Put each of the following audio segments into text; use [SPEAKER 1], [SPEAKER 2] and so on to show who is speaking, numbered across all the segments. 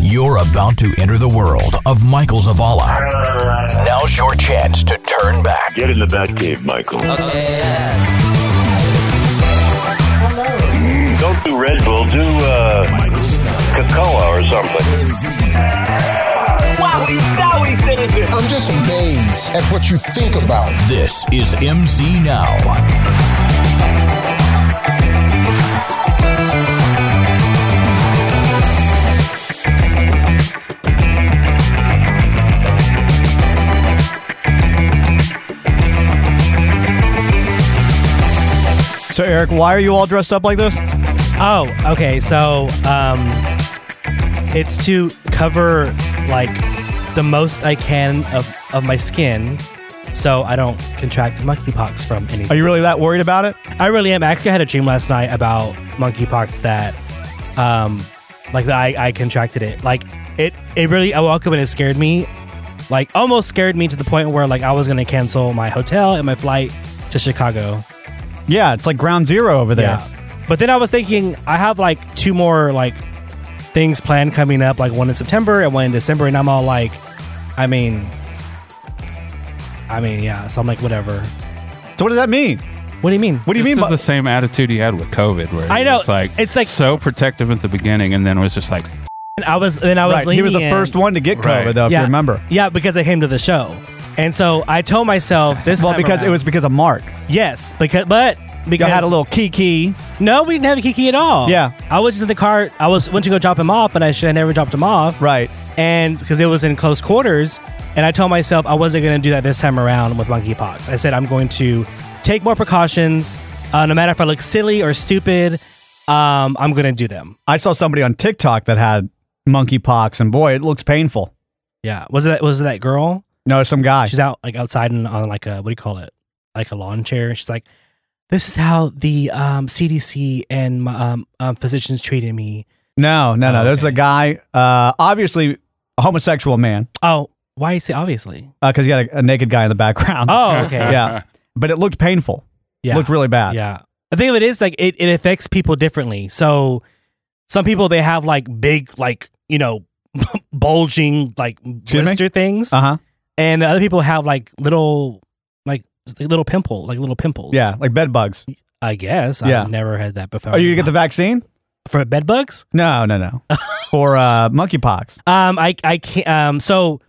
[SPEAKER 1] You're about to enter the world of Michael Zavala. Now's your chance to turn back.
[SPEAKER 2] Get in the Batcave, Michael. Don't do Red Bull, do uh, cocoa or something.
[SPEAKER 3] I'm just amazed at what you think about.
[SPEAKER 1] This is MZ Now.
[SPEAKER 4] So, Eric, why are you all dressed up like this?
[SPEAKER 5] Oh, okay. So, um, it's to cover like the most I can of, of my skin, so I don't contract monkeypox from
[SPEAKER 4] Are
[SPEAKER 5] anything.
[SPEAKER 4] you really that worried about it?
[SPEAKER 5] I really am. I actually had a dream last night about monkeypox that, um, like that I, I contracted it. Like it, it really. I woke up and it scared me, like almost scared me to the point where like I was gonna cancel my hotel and my flight to Chicago.
[SPEAKER 4] Yeah, it's like ground zero over there.
[SPEAKER 5] Yeah. But then I was thinking, I have like two more like things planned coming up, like one in September and one in December, and I'm all like, I mean, I mean, yeah. So I'm like, whatever.
[SPEAKER 4] So, what does that mean?
[SPEAKER 5] What do you mean?
[SPEAKER 4] What do you
[SPEAKER 6] this
[SPEAKER 4] mean?
[SPEAKER 6] is
[SPEAKER 4] by-
[SPEAKER 6] the same attitude you had with COVID, where
[SPEAKER 5] I
[SPEAKER 6] it
[SPEAKER 5] know,
[SPEAKER 6] was like
[SPEAKER 5] it's like-
[SPEAKER 6] so protective at the beginning, and then was just like
[SPEAKER 5] And I was then I was
[SPEAKER 4] right, he was the
[SPEAKER 5] lenient.
[SPEAKER 4] first one to get COVID,
[SPEAKER 6] Right.
[SPEAKER 4] though, if
[SPEAKER 5] Yeah.
[SPEAKER 4] you remember.
[SPEAKER 5] Yeah, because I came to the show, and so I told myself this.
[SPEAKER 4] Well,
[SPEAKER 5] time
[SPEAKER 4] because it
[SPEAKER 5] around-
[SPEAKER 4] was because of Mark.
[SPEAKER 5] yes, because but
[SPEAKER 4] You
[SPEAKER 5] because
[SPEAKER 4] had a little kiki.
[SPEAKER 5] No, we didn't have a Kiki at all.
[SPEAKER 4] Yeah.
[SPEAKER 5] I was just in the car. I was went to go drop him off, and I should have never dropped him off.
[SPEAKER 4] Right.
[SPEAKER 5] and because it was in close quarters and i told myself i wasn't going to do that this time around with monkeypox i said i'm going to take more precautions uh, no matter if i look silly or stupid um, i'm going to do them
[SPEAKER 4] I saw somebody on TikTok that had monkeypox, and boy, it looks painful.
[SPEAKER 5] yeah was it was it that girl
[SPEAKER 4] No, some guy.
[SPEAKER 5] she's out like outside and on like a what do you call it like a lawn chair she's like this is how the um, cdc and my, um, um, physicians treated me
[SPEAKER 4] No, no, no.
[SPEAKER 5] Oh,
[SPEAKER 4] There's a
[SPEAKER 5] okay.
[SPEAKER 4] guy, uh, obviously a homosexual man,
[SPEAKER 5] oh why you say obviously
[SPEAKER 4] because he had a, a naked guy in the background.
[SPEAKER 5] oh okay
[SPEAKER 4] yeah. But it looked painful.
[SPEAKER 5] yeah
[SPEAKER 4] Looked really bad.
[SPEAKER 5] Yeah. The thing of it is like it, it affects people differently. So some people they have like big like, you know, bulging like
[SPEAKER 4] me?
[SPEAKER 5] blister things.
[SPEAKER 4] Uh huh.
[SPEAKER 5] and the other people have like little like little pimple, like little pimples.
[SPEAKER 4] Yeah, like bed bugs.
[SPEAKER 5] I guess.
[SPEAKER 4] Yeah.
[SPEAKER 5] I've never had that before.
[SPEAKER 4] Are you gonna get the vaccine?
[SPEAKER 5] for bed bugs?
[SPEAKER 4] No, no, no. For uh, monkeypox.
[SPEAKER 5] Um I I can't um so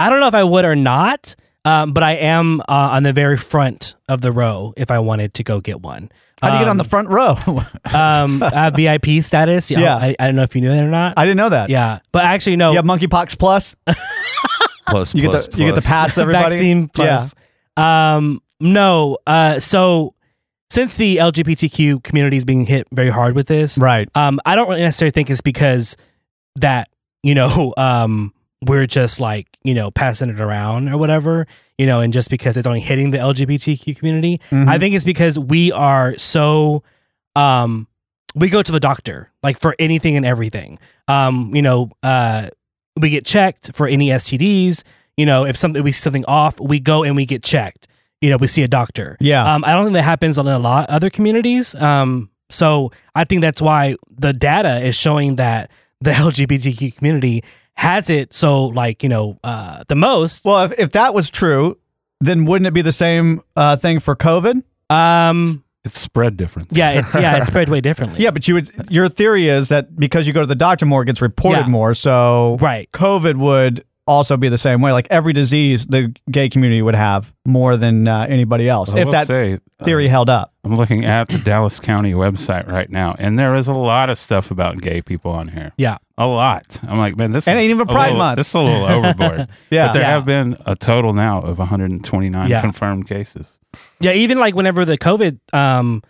[SPEAKER 5] I don't know if I would or not. Um, but I am uh, on the very front of the row if I wanted to go get one.
[SPEAKER 4] How do you get on
[SPEAKER 5] Um,
[SPEAKER 4] the front row?
[SPEAKER 5] um uh, VIP status. Yeah,
[SPEAKER 4] Yeah.
[SPEAKER 5] I, I don't know if you knew that or not.
[SPEAKER 4] I didn't know that.
[SPEAKER 5] yeah, Oh. but actually no.
[SPEAKER 4] You have monkeypox plus.
[SPEAKER 7] Plus,
[SPEAKER 4] You get
[SPEAKER 7] plus,
[SPEAKER 4] the you get the
[SPEAKER 7] plus.
[SPEAKER 4] pass. Everybody.
[SPEAKER 5] vaccine
[SPEAKER 4] Yeah.
[SPEAKER 5] plus. Um no. Uh so since the LGBTQ community is being hit very hard with this,
[SPEAKER 4] Right.
[SPEAKER 5] um I don't really necessarily think it's because that you know um we're just like you know passing it around or whatever you know and just because it's only hitting the LGBTQ community
[SPEAKER 4] Mhm.
[SPEAKER 5] I think it's because we are so um we go to the doctor like for anything and everything. Um, you know, uh we get checked for any STDs, you know, if something we see something off, we go and we get checked. You know, we see a doctor.
[SPEAKER 4] Yeah.
[SPEAKER 5] Um I don't think that happens in a lot of other communities. Um so I think that's why the data is showing that the LGBTQ community has it so like, you know, uh the most.
[SPEAKER 4] Well, if, if that was true, then wouldn't it be the same uh, thing for COVID?
[SPEAKER 5] Um
[SPEAKER 6] it's spread different.
[SPEAKER 5] yeah, it's yeah, it's spread way differently.
[SPEAKER 4] Yeah, but you would. Your theory is that because you go to the doctor more, it gets reported
[SPEAKER 5] Yeah.
[SPEAKER 4] more. So
[SPEAKER 5] Right.
[SPEAKER 4] COVID would also be the same way. Like every disease, the gay community would have more than uh, anybody else.
[SPEAKER 6] I
[SPEAKER 4] if
[SPEAKER 6] will
[SPEAKER 4] that
[SPEAKER 6] say, uh,
[SPEAKER 4] theory held up.
[SPEAKER 6] I'm looking at the Dallas County website right now, and there is a lot of stuff about gay people on here.
[SPEAKER 5] Yeah.
[SPEAKER 6] A lot. I'm like, man, this
[SPEAKER 4] And
[SPEAKER 6] is
[SPEAKER 4] ain't even
[SPEAKER 6] a
[SPEAKER 4] Pride
[SPEAKER 6] little-
[SPEAKER 4] Month.
[SPEAKER 6] This is a little overboard.
[SPEAKER 4] Yeah.
[SPEAKER 6] but there
[SPEAKER 5] Yeah.
[SPEAKER 6] have been a total now of 129
[SPEAKER 5] Yeah.
[SPEAKER 6] confirmed cases.
[SPEAKER 5] Yeah, even like whenever the COVID, um,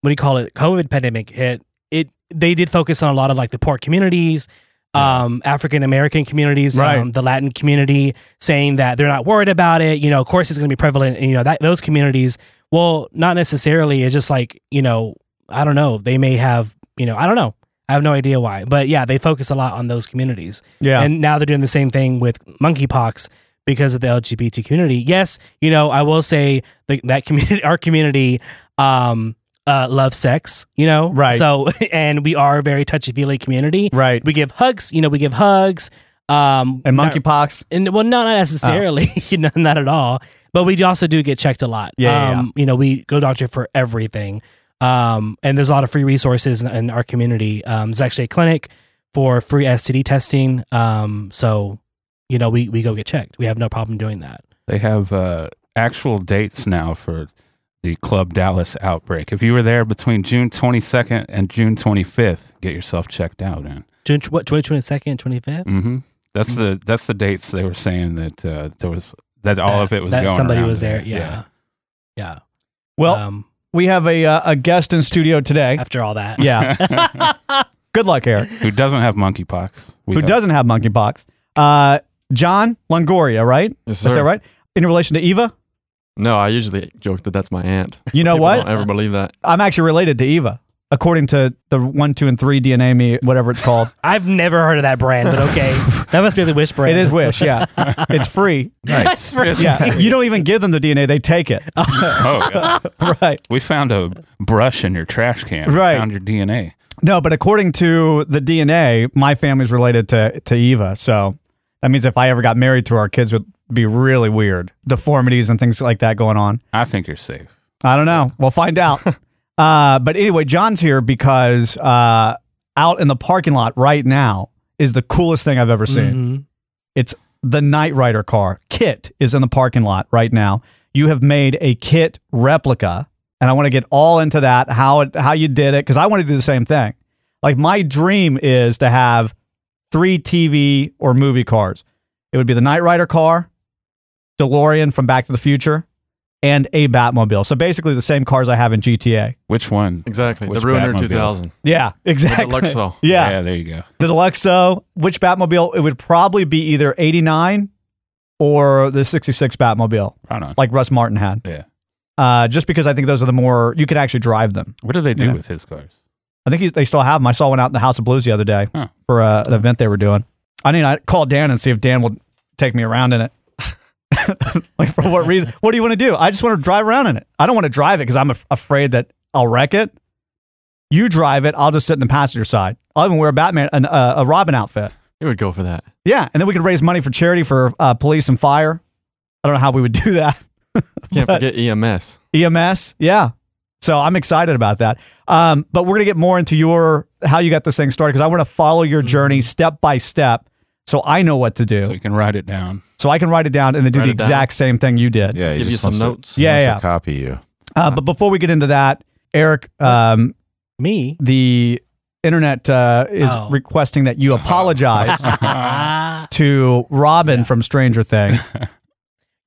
[SPEAKER 5] what do you call it, COVID pandemic hit, it they did focus on a lot of like the poor communities, um, African American communities,
[SPEAKER 4] Right.
[SPEAKER 5] um, the Latin community, saying that they're not worried about it. You know, of course it's going to be prevalent. You know, that those communities. Well, not necessarily. It's just like you know, I don't know. They may have, you know, I don't know. I have no idea why, but yeah, they focus a lot on those communities.
[SPEAKER 4] Yeah.
[SPEAKER 5] And now they're doing the same thing with monkeypox because of the LGBT community. Yes, you know, I will say the, that community, our community, um, uh, love sex, you know?
[SPEAKER 4] Right.
[SPEAKER 5] So, and we are a very touchy feely community.
[SPEAKER 4] Right.
[SPEAKER 5] We give hugs, you know, we give hugs. Um,
[SPEAKER 4] and
[SPEAKER 5] not-
[SPEAKER 4] monkeypox.
[SPEAKER 5] and well, no, not necessarily, you know, not at all. But we also do get checked a lot.
[SPEAKER 4] Oh. Yeah, yeah, yeah.
[SPEAKER 5] um, you know, we go to doctor for everything. Um, and there's a lot of free resources in, in our community. Um, there's actually a clinic for free STD testing. Um, so, you know, we we go get checked. We have no problem doing that.
[SPEAKER 6] They have uh, actual dates now for the Club Dallas outbreak. If you were there between June 22nd and June 25th, get yourself checked out. Man.
[SPEAKER 5] June tw- what twenty second, twenty fifth.
[SPEAKER 6] Mm-hmm. That's the that's the dates they were saying that uh, there was that all of it was
[SPEAKER 5] that
[SPEAKER 6] going
[SPEAKER 5] somebody
[SPEAKER 6] around
[SPEAKER 5] was there. Yeah, yeah.
[SPEAKER 4] Well,
[SPEAKER 5] um,
[SPEAKER 4] we have a uh, a guest in studio today.
[SPEAKER 5] after all that,
[SPEAKER 4] Yeah. Good luck, Eric.
[SPEAKER 6] Who doesn't have monkeypox? We
[SPEAKER 4] Who
[SPEAKER 6] hope.
[SPEAKER 4] doesn't have monkeypox? Uh, John Longoria, right?
[SPEAKER 7] Yes,
[SPEAKER 4] Is that
[SPEAKER 7] sir.
[SPEAKER 4] right? In relation to Eva,
[SPEAKER 7] No, I usually joke that that's my aunt.
[SPEAKER 4] you know
[SPEAKER 7] People
[SPEAKER 4] what?
[SPEAKER 7] Don't ever believe that.
[SPEAKER 4] I'm actually related to Eva, according to the one, two, and three DNA me, whatever it's called.
[SPEAKER 5] I've never heard of that brand, but okay, that must be the Wish brand.
[SPEAKER 4] It is Wish, yeah. It's free.
[SPEAKER 6] Nice.
[SPEAKER 4] Yeah. You don't even give them the DNA, they take it.
[SPEAKER 6] Oh, God.
[SPEAKER 4] right.
[SPEAKER 6] we found a brush in your trash can. We
[SPEAKER 4] Right.
[SPEAKER 6] Found your DNA.
[SPEAKER 4] No, but according to the DNA, my family's related to, to Eva. So that means if I ever got married to her, our kids would be really weird. Deformities and things like that going on.
[SPEAKER 6] I think you're safe.
[SPEAKER 4] I don't know. We'll find out. uh, but anyway, John's here because uh, out in the parking lot right now is the coolest thing I've ever seen.
[SPEAKER 5] Mhm.
[SPEAKER 4] It's the Knight Rider car. Kit is in the parking lot right now. You have made a Kit replica, and I want to get all into that how it, how you did it because I want to do the same thing. Like my dream is to have three TV or movie cars. It would be the Knight Rider car, DeLorean from Back to the Future, and a Batmobile. So basically the same cars I have in GTA.
[SPEAKER 6] Which one?
[SPEAKER 7] Exactly.
[SPEAKER 6] Which
[SPEAKER 7] the Ruiner
[SPEAKER 6] Batmobile?
[SPEAKER 7] 2000.
[SPEAKER 4] Yeah, exactly.
[SPEAKER 7] Luxo.
[SPEAKER 4] Yeah,
[SPEAKER 6] there you go.
[SPEAKER 4] the Deluxo, which Batmobile? It would probably be either 89 or the 66 Batmobile,
[SPEAKER 6] Right on.
[SPEAKER 4] like Russ Martin had.
[SPEAKER 6] Yeah.
[SPEAKER 4] Uh, just because I think those are the more, you could actually drive them.
[SPEAKER 6] What do they do
[SPEAKER 4] Yeah.
[SPEAKER 6] with his cars?
[SPEAKER 4] I think he's, they still have them. I saw one out in the House of Blues the other day
[SPEAKER 6] Huh.
[SPEAKER 4] for uh, an event they were doing. I need to call Dan and see if Dan will take me around in it. like, for what reason? What do you want to do? I just want to drive around in it. I don't want to drive it because I'm af- afraid that I'll wreck it. You drive it. I'll just sit in the passenger side. I'll even wear a Batman, an, uh, a Robin outfit.
[SPEAKER 7] It would go for that.
[SPEAKER 4] Yeah, and then we could raise money for charity for uh, police and fire. I don't know how we would do that.
[SPEAKER 7] Can't
[SPEAKER 4] But-
[SPEAKER 7] forget E EMS.
[SPEAKER 4] EMS, yeah. So I'm excited about that. Um, but we're gonna get more into your how you got this thing started because I want to follow your journey step by step, so I know what to do,
[SPEAKER 6] So
[SPEAKER 4] so,
[SPEAKER 6] you can write it down.
[SPEAKER 4] I can write it down and then do
[SPEAKER 7] Write
[SPEAKER 4] the
[SPEAKER 7] it down.
[SPEAKER 4] exact same thing you did.
[SPEAKER 8] Yeah, he
[SPEAKER 7] Give you
[SPEAKER 8] just
[SPEAKER 7] some
[SPEAKER 8] wants to-
[SPEAKER 7] notes.
[SPEAKER 8] he
[SPEAKER 4] Yeah,
[SPEAKER 8] wants
[SPEAKER 4] yeah.
[SPEAKER 8] To copy you.
[SPEAKER 4] Uh, but before we get into that, Eric, um,
[SPEAKER 5] Mm-hmm. Me.
[SPEAKER 4] the internet uh, is
[SPEAKER 5] Oh.
[SPEAKER 4] requesting that you apologize
[SPEAKER 5] can,
[SPEAKER 4] to Robin from Stranger Things.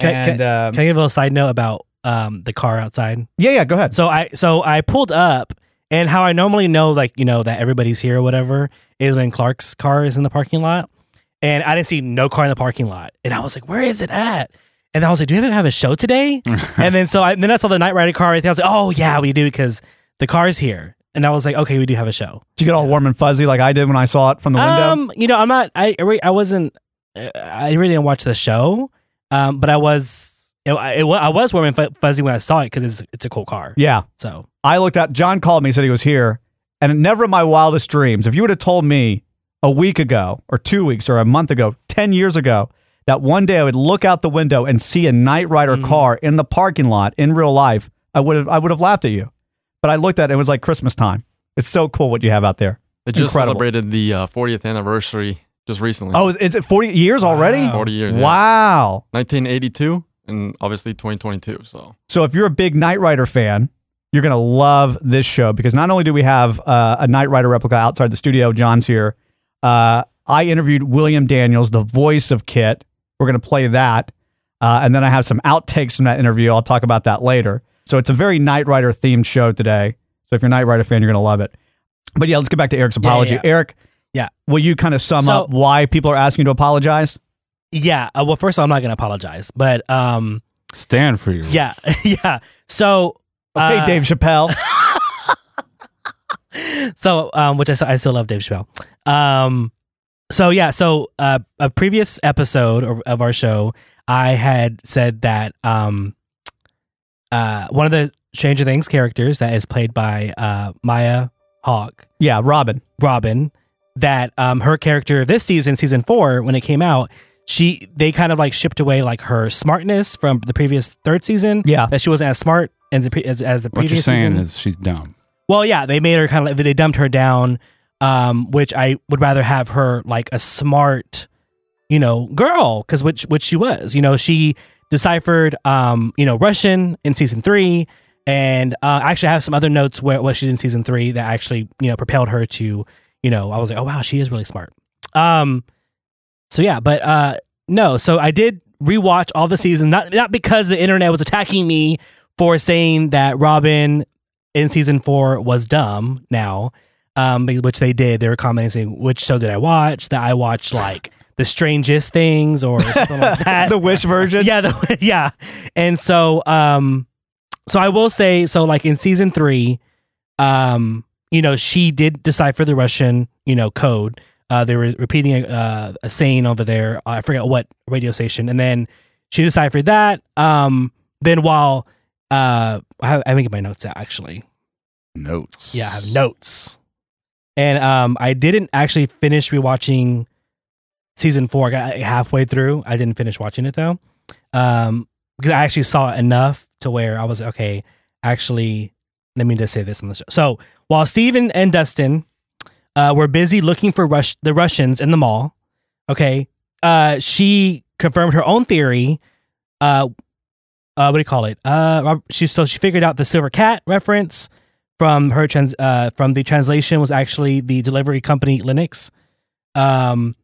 [SPEAKER 5] can-
[SPEAKER 4] and um,
[SPEAKER 5] Can I give a little side note about um, the car outside?
[SPEAKER 4] yeah, yeah, go ahead.
[SPEAKER 5] So I so I pulled up, and how I normally know like you know that everybody's here or whatever is when Clark's car is in the parking lot, and I didn't see no car in the parking lot, and I was like, where is it at? And I was like, do we even have a show today? and then so I then I saw the night rider car. And I was like, oh yeah, we do because the car's here. And I was like, okay, we do have a show.
[SPEAKER 4] Did you get all warm and fuzzy like I did when I saw it from the window?
[SPEAKER 5] Um, you know, I'm not. I I re- I wasn't. uh, I really didn't watch the show. Um, but I was. It, I, it, wa- I was warm and fu- fuzzy when I saw it because it's it's a cool car.
[SPEAKER 4] yeah.
[SPEAKER 5] So
[SPEAKER 4] I looked out. John called me, said he was here, and never in my wildest dreams. If you would have told me a week ago, or two weeks, or a month ago, ten years ago, that one day I would look out the window and see a Knight
[SPEAKER 5] Mm.
[SPEAKER 4] Rider car in the parking lot in real life, I would have I would have laughed at you. But I looked at it. It was like Christmas time. It's so cool what you have out there.
[SPEAKER 7] They just
[SPEAKER 4] Incredible.
[SPEAKER 7] celebrated the uh, 40th anniversary just recently.
[SPEAKER 4] Oh, is it forty years already?
[SPEAKER 5] Mm. Wow.
[SPEAKER 7] 40 years. yeah.
[SPEAKER 4] Wow.
[SPEAKER 7] 1982 and obviously 2022. So
[SPEAKER 4] So if you're a big Knight Rider fan, you're going to love this show because not only do we have uh, a Knight Rider replica outside the studio, John's here. Uh, I interviewed William Daniels, the voice of Kit. We're going to play that. Uh, and then I have some outtakes from that interview. I'll talk about that later. So it's a very Knight Rider themed show today. So if you're a Knight Rider fan, you're going to love it. But yeah, let's get back to Eric's
[SPEAKER 5] yeah,
[SPEAKER 4] apology.
[SPEAKER 5] yeah.
[SPEAKER 4] Eric,
[SPEAKER 5] Yeah.
[SPEAKER 4] will you kind of sum
[SPEAKER 5] So-
[SPEAKER 4] up why people are asking you to apologize?
[SPEAKER 5] yeah. Uh, well, first of all, I'm not gonna apologize, but um,
[SPEAKER 6] Stand for your
[SPEAKER 5] yeah, yeah. So
[SPEAKER 4] Okay,
[SPEAKER 5] uh,
[SPEAKER 4] Dave Chappelle.
[SPEAKER 5] so um, which I, s- I still love Dave Chappelle. Um, so yeah, so uh, a previous episode or- of our show, I had said that um, uh, one of the Stranger Things characters that is played by uh, Maya Hawke,
[SPEAKER 4] Yeah, Robin.
[SPEAKER 5] Robin. That um, her character this season, season four, when it came out, she they kind of like shipped away like her smartness from the previous third season.
[SPEAKER 4] Yeah.
[SPEAKER 5] that she wasn't as smart as the, pre- as, as the
[SPEAKER 6] What
[SPEAKER 5] previous
[SPEAKER 6] you're saying
[SPEAKER 5] season.
[SPEAKER 6] is she's dumb.
[SPEAKER 5] Well, yeah, they made her kind of like they dumped her down, um, which I would rather have her like a smart, you know, girl because which which she was. You know, she deciphered, um, you know, Russian in season three, and uh, I actually have some other notes where what she did in season three that actually you know propelled her to, you know, I was like, oh wow, she is really smart. Um, so yeah, but uh, no, so I did rewatch all the seasons, not not because the internet was attacking me for saying that Robin in season four was dumb now, um, be- which they did. They were commenting saying, which show did I watch? That I watched like the strangest things or something like that.
[SPEAKER 4] the Wish version.
[SPEAKER 5] yeah, the, yeah. And so, um, so I will say, so like in season three, um, you know, she did decipher the Russian, you know, code. Uh, they were repeating a, uh, a saying over there. I forget what radio station, and then she deciphered that. Um, then while uh, I, I think my notes out actually.
[SPEAKER 8] Notes.
[SPEAKER 5] Yeah, I have notes. And um, I didn't actually finish rewatching season four. I got halfway through. I didn't finish watching it though, um, because I actually saw enough to where I was okay. Actually, let me just say this on the show. So while Steven and Dustin uh, were busy looking for Rush- the Russians in the mall, okay, uh, she confirmed her own theory. Uh, uh, what do you call it? Uh, Rob- she so she figured out the silver cat reference from her trans uh, from the translation was actually the delivery company Linux. Um,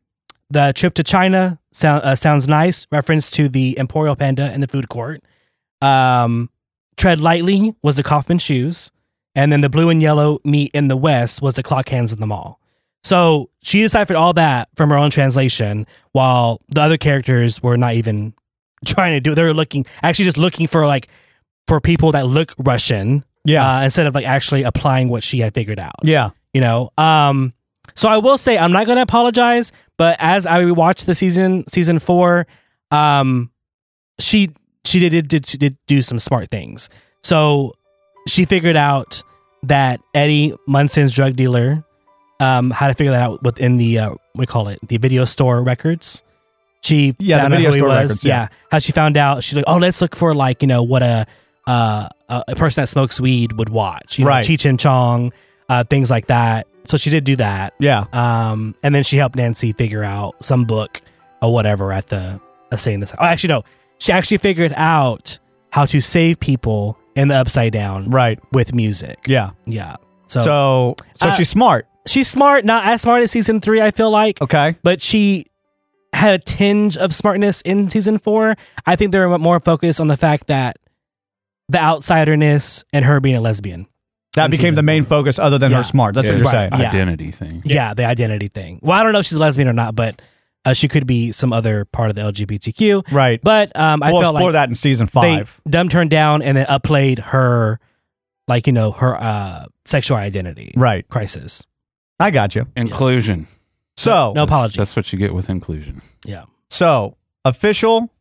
[SPEAKER 5] the trip to China sound, uh, sounds nice. Reference to the Imperial Panda in the food court. Um, Tread lightly was the Kaufman shoes, and then the blue and yellow meat in the West was the clock hands in the mall. So she deciphered all that from her own translation, while the other characters were not even trying to do. They were looking actually just looking for like for people that look Russian
[SPEAKER 4] Yeah.
[SPEAKER 5] uh, instead of like actually applying what she had figured out.
[SPEAKER 4] yeah.
[SPEAKER 5] You know, um, so I will say I'm not going to apologize, but as I watched the season season four, um, she she did, did did do some smart things. So she figured out that Eddie Munson's drug dealer, um, how to figure that out within the uh, what do you call it the video store records. She
[SPEAKER 4] Yeah, the
[SPEAKER 5] found out
[SPEAKER 4] video
[SPEAKER 5] who he
[SPEAKER 4] store
[SPEAKER 5] was.
[SPEAKER 4] records, yeah.
[SPEAKER 5] how she found out. She's like, oh, let's look for like you know what a uh, a a person that smokes weed would watch. You
[SPEAKER 4] Right.
[SPEAKER 5] know, Cheech and Chong, uh, things like that. So she did do that.
[SPEAKER 4] Yeah.
[SPEAKER 5] Um, and then she helped Nancy figure out some book or whatever at the a saying this. Oh, actually, no, she actually figured out how to save people in the upside down
[SPEAKER 4] Right.
[SPEAKER 5] with music.
[SPEAKER 4] Yeah.
[SPEAKER 5] Yeah. So,
[SPEAKER 4] So so
[SPEAKER 5] Uh,
[SPEAKER 4] she's smart.
[SPEAKER 5] she's smart, not as smart as season three, I feel like,
[SPEAKER 4] Okay.
[SPEAKER 5] but she had a tinge of smartness in season four. I think they're more focused on the fact that the outsiderness and her being a lesbian.
[SPEAKER 4] That
[SPEAKER 5] in
[SPEAKER 4] became
[SPEAKER 5] season
[SPEAKER 4] the main
[SPEAKER 5] four.
[SPEAKER 4] focus other than
[SPEAKER 5] Yeah.
[SPEAKER 4] her smart. That's
[SPEAKER 6] Yeah,
[SPEAKER 4] what you're
[SPEAKER 6] it's
[SPEAKER 4] saying.
[SPEAKER 6] an
[SPEAKER 5] Yeah.
[SPEAKER 6] Identity thing.
[SPEAKER 5] Yeah. the identity thing. Well, I don't know if she's a lesbian or not, but uh, she could be some other part of the LGBTQ.
[SPEAKER 4] Right.
[SPEAKER 5] But um, I
[SPEAKER 4] we'll
[SPEAKER 5] felt
[SPEAKER 4] explore
[SPEAKER 5] like
[SPEAKER 4] that in season five.
[SPEAKER 5] they dumbed her down and then upplayed her, like you know, her uh, sexual identity
[SPEAKER 4] right.
[SPEAKER 5] crisis.
[SPEAKER 4] I got you.
[SPEAKER 6] Inclusion.
[SPEAKER 4] So
[SPEAKER 5] No apology.
[SPEAKER 6] That's what you get with inclusion.
[SPEAKER 5] yeah,
[SPEAKER 4] so official,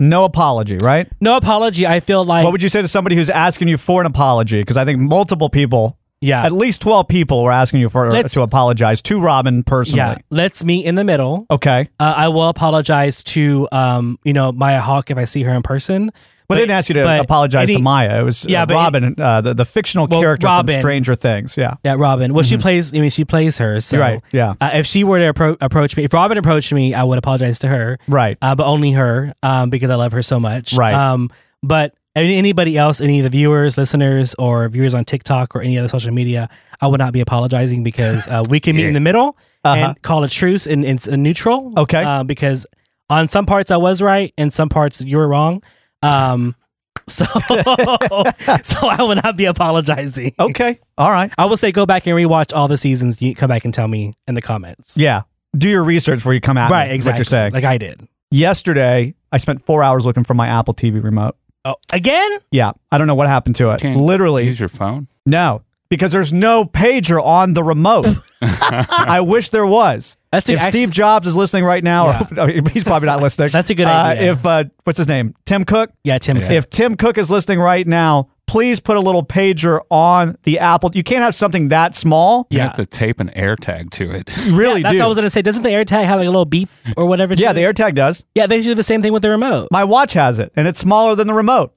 [SPEAKER 4] no apology, right?
[SPEAKER 5] no apology. I feel like
[SPEAKER 4] what would you say to somebody who's asking you for an apology? Because I think multiple people,
[SPEAKER 5] yeah,
[SPEAKER 4] at least twelve people, were asking you for
[SPEAKER 5] Let's-
[SPEAKER 4] to apologize to Robin personally.
[SPEAKER 5] yeah. Let's meet in the middle.
[SPEAKER 4] Okay.
[SPEAKER 5] Uh, I will apologize to um, you know, Maya Hawk if I see her in person.
[SPEAKER 4] But, they didn't ask you to
[SPEAKER 5] but
[SPEAKER 4] apologize to
[SPEAKER 5] any-
[SPEAKER 4] Maya. It was uh,
[SPEAKER 5] Yeah, but-
[SPEAKER 4] Robin, uh, the, the fictional
[SPEAKER 5] Well,
[SPEAKER 4] character
[SPEAKER 5] Robin.
[SPEAKER 4] from Stranger Things. Yeah.
[SPEAKER 5] Yeah, Robin. Well, she plays. I mean, she plays her. So,
[SPEAKER 4] Mm-hmm. You're right. Yeah.
[SPEAKER 5] Uh, if she were to appro- approach me, if Robin approached me, I would apologize to her.
[SPEAKER 4] Right.
[SPEAKER 5] uh, but only her um, because I love her so much.
[SPEAKER 4] Right.
[SPEAKER 5] Um, but any- anybody else, any of the viewers, listeners, or viewers on TikTok or any other social media, I would not be apologizing because uh, we can meet in the middle
[SPEAKER 4] Uh-huh.
[SPEAKER 5] and call a truce and it's a neutral.
[SPEAKER 4] Okay.
[SPEAKER 5] Uh, because on some parts I was right and some parts you were wrong. Um, so, so I will not be apologizing.
[SPEAKER 4] Okay. All right.
[SPEAKER 5] I will say go back and rewatch all the seasons. You come back and tell me in the comments.
[SPEAKER 4] Yeah. Do your research before you come out.
[SPEAKER 5] Right, exactly.
[SPEAKER 4] What you're saying.
[SPEAKER 5] Like I did.
[SPEAKER 4] Yesterday, I spent four hours looking for my Apple TV remote.
[SPEAKER 5] Oh, again?
[SPEAKER 4] Yeah. I don't know what happened to it.
[SPEAKER 6] Can't
[SPEAKER 4] Literally,
[SPEAKER 6] Use your phone.
[SPEAKER 4] no, because there's no pager on the remote. I wish there was.
[SPEAKER 5] That's the
[SPEAKER 4] if
[SPEAKER 5] act-
[SPEAKER 4] Steve Jobs is listening right now, or, I mean, he's probably not listening.
[SPEAKER 5] That's a good
[SPEAKER 4] uh,
[SPEAKER 5] idea.
[SPEAKER 4] If uh, what's his name, Tim Cook.
[SPEAKER 5] Yeah, Tim.
[SPEAKER 4] If Tim Cook is listening right now, please put a little pager on the Apple. You can't have something that small.
[SPEAKER 6] You
[SPEAKER 5] Yeah.
[SPEAKER 6] have to tape an air tag to it.
[SPEAKER 4] You really
[SPEAKER 5] That's
[SPEAKER 4] do.
[SPEAKER 5] what I was gonna say. Doesn't the AirTag have like a little beep or whatever?
[SPEAKER 4] yeah,
[SPEAKER 5] too?
[SPEAKER 4] the AirTag does.
[SPEAKER 5] yeah they do the same thing with the remote.
[SPEAKER 4] My watch has it, and it's smaller than the remote.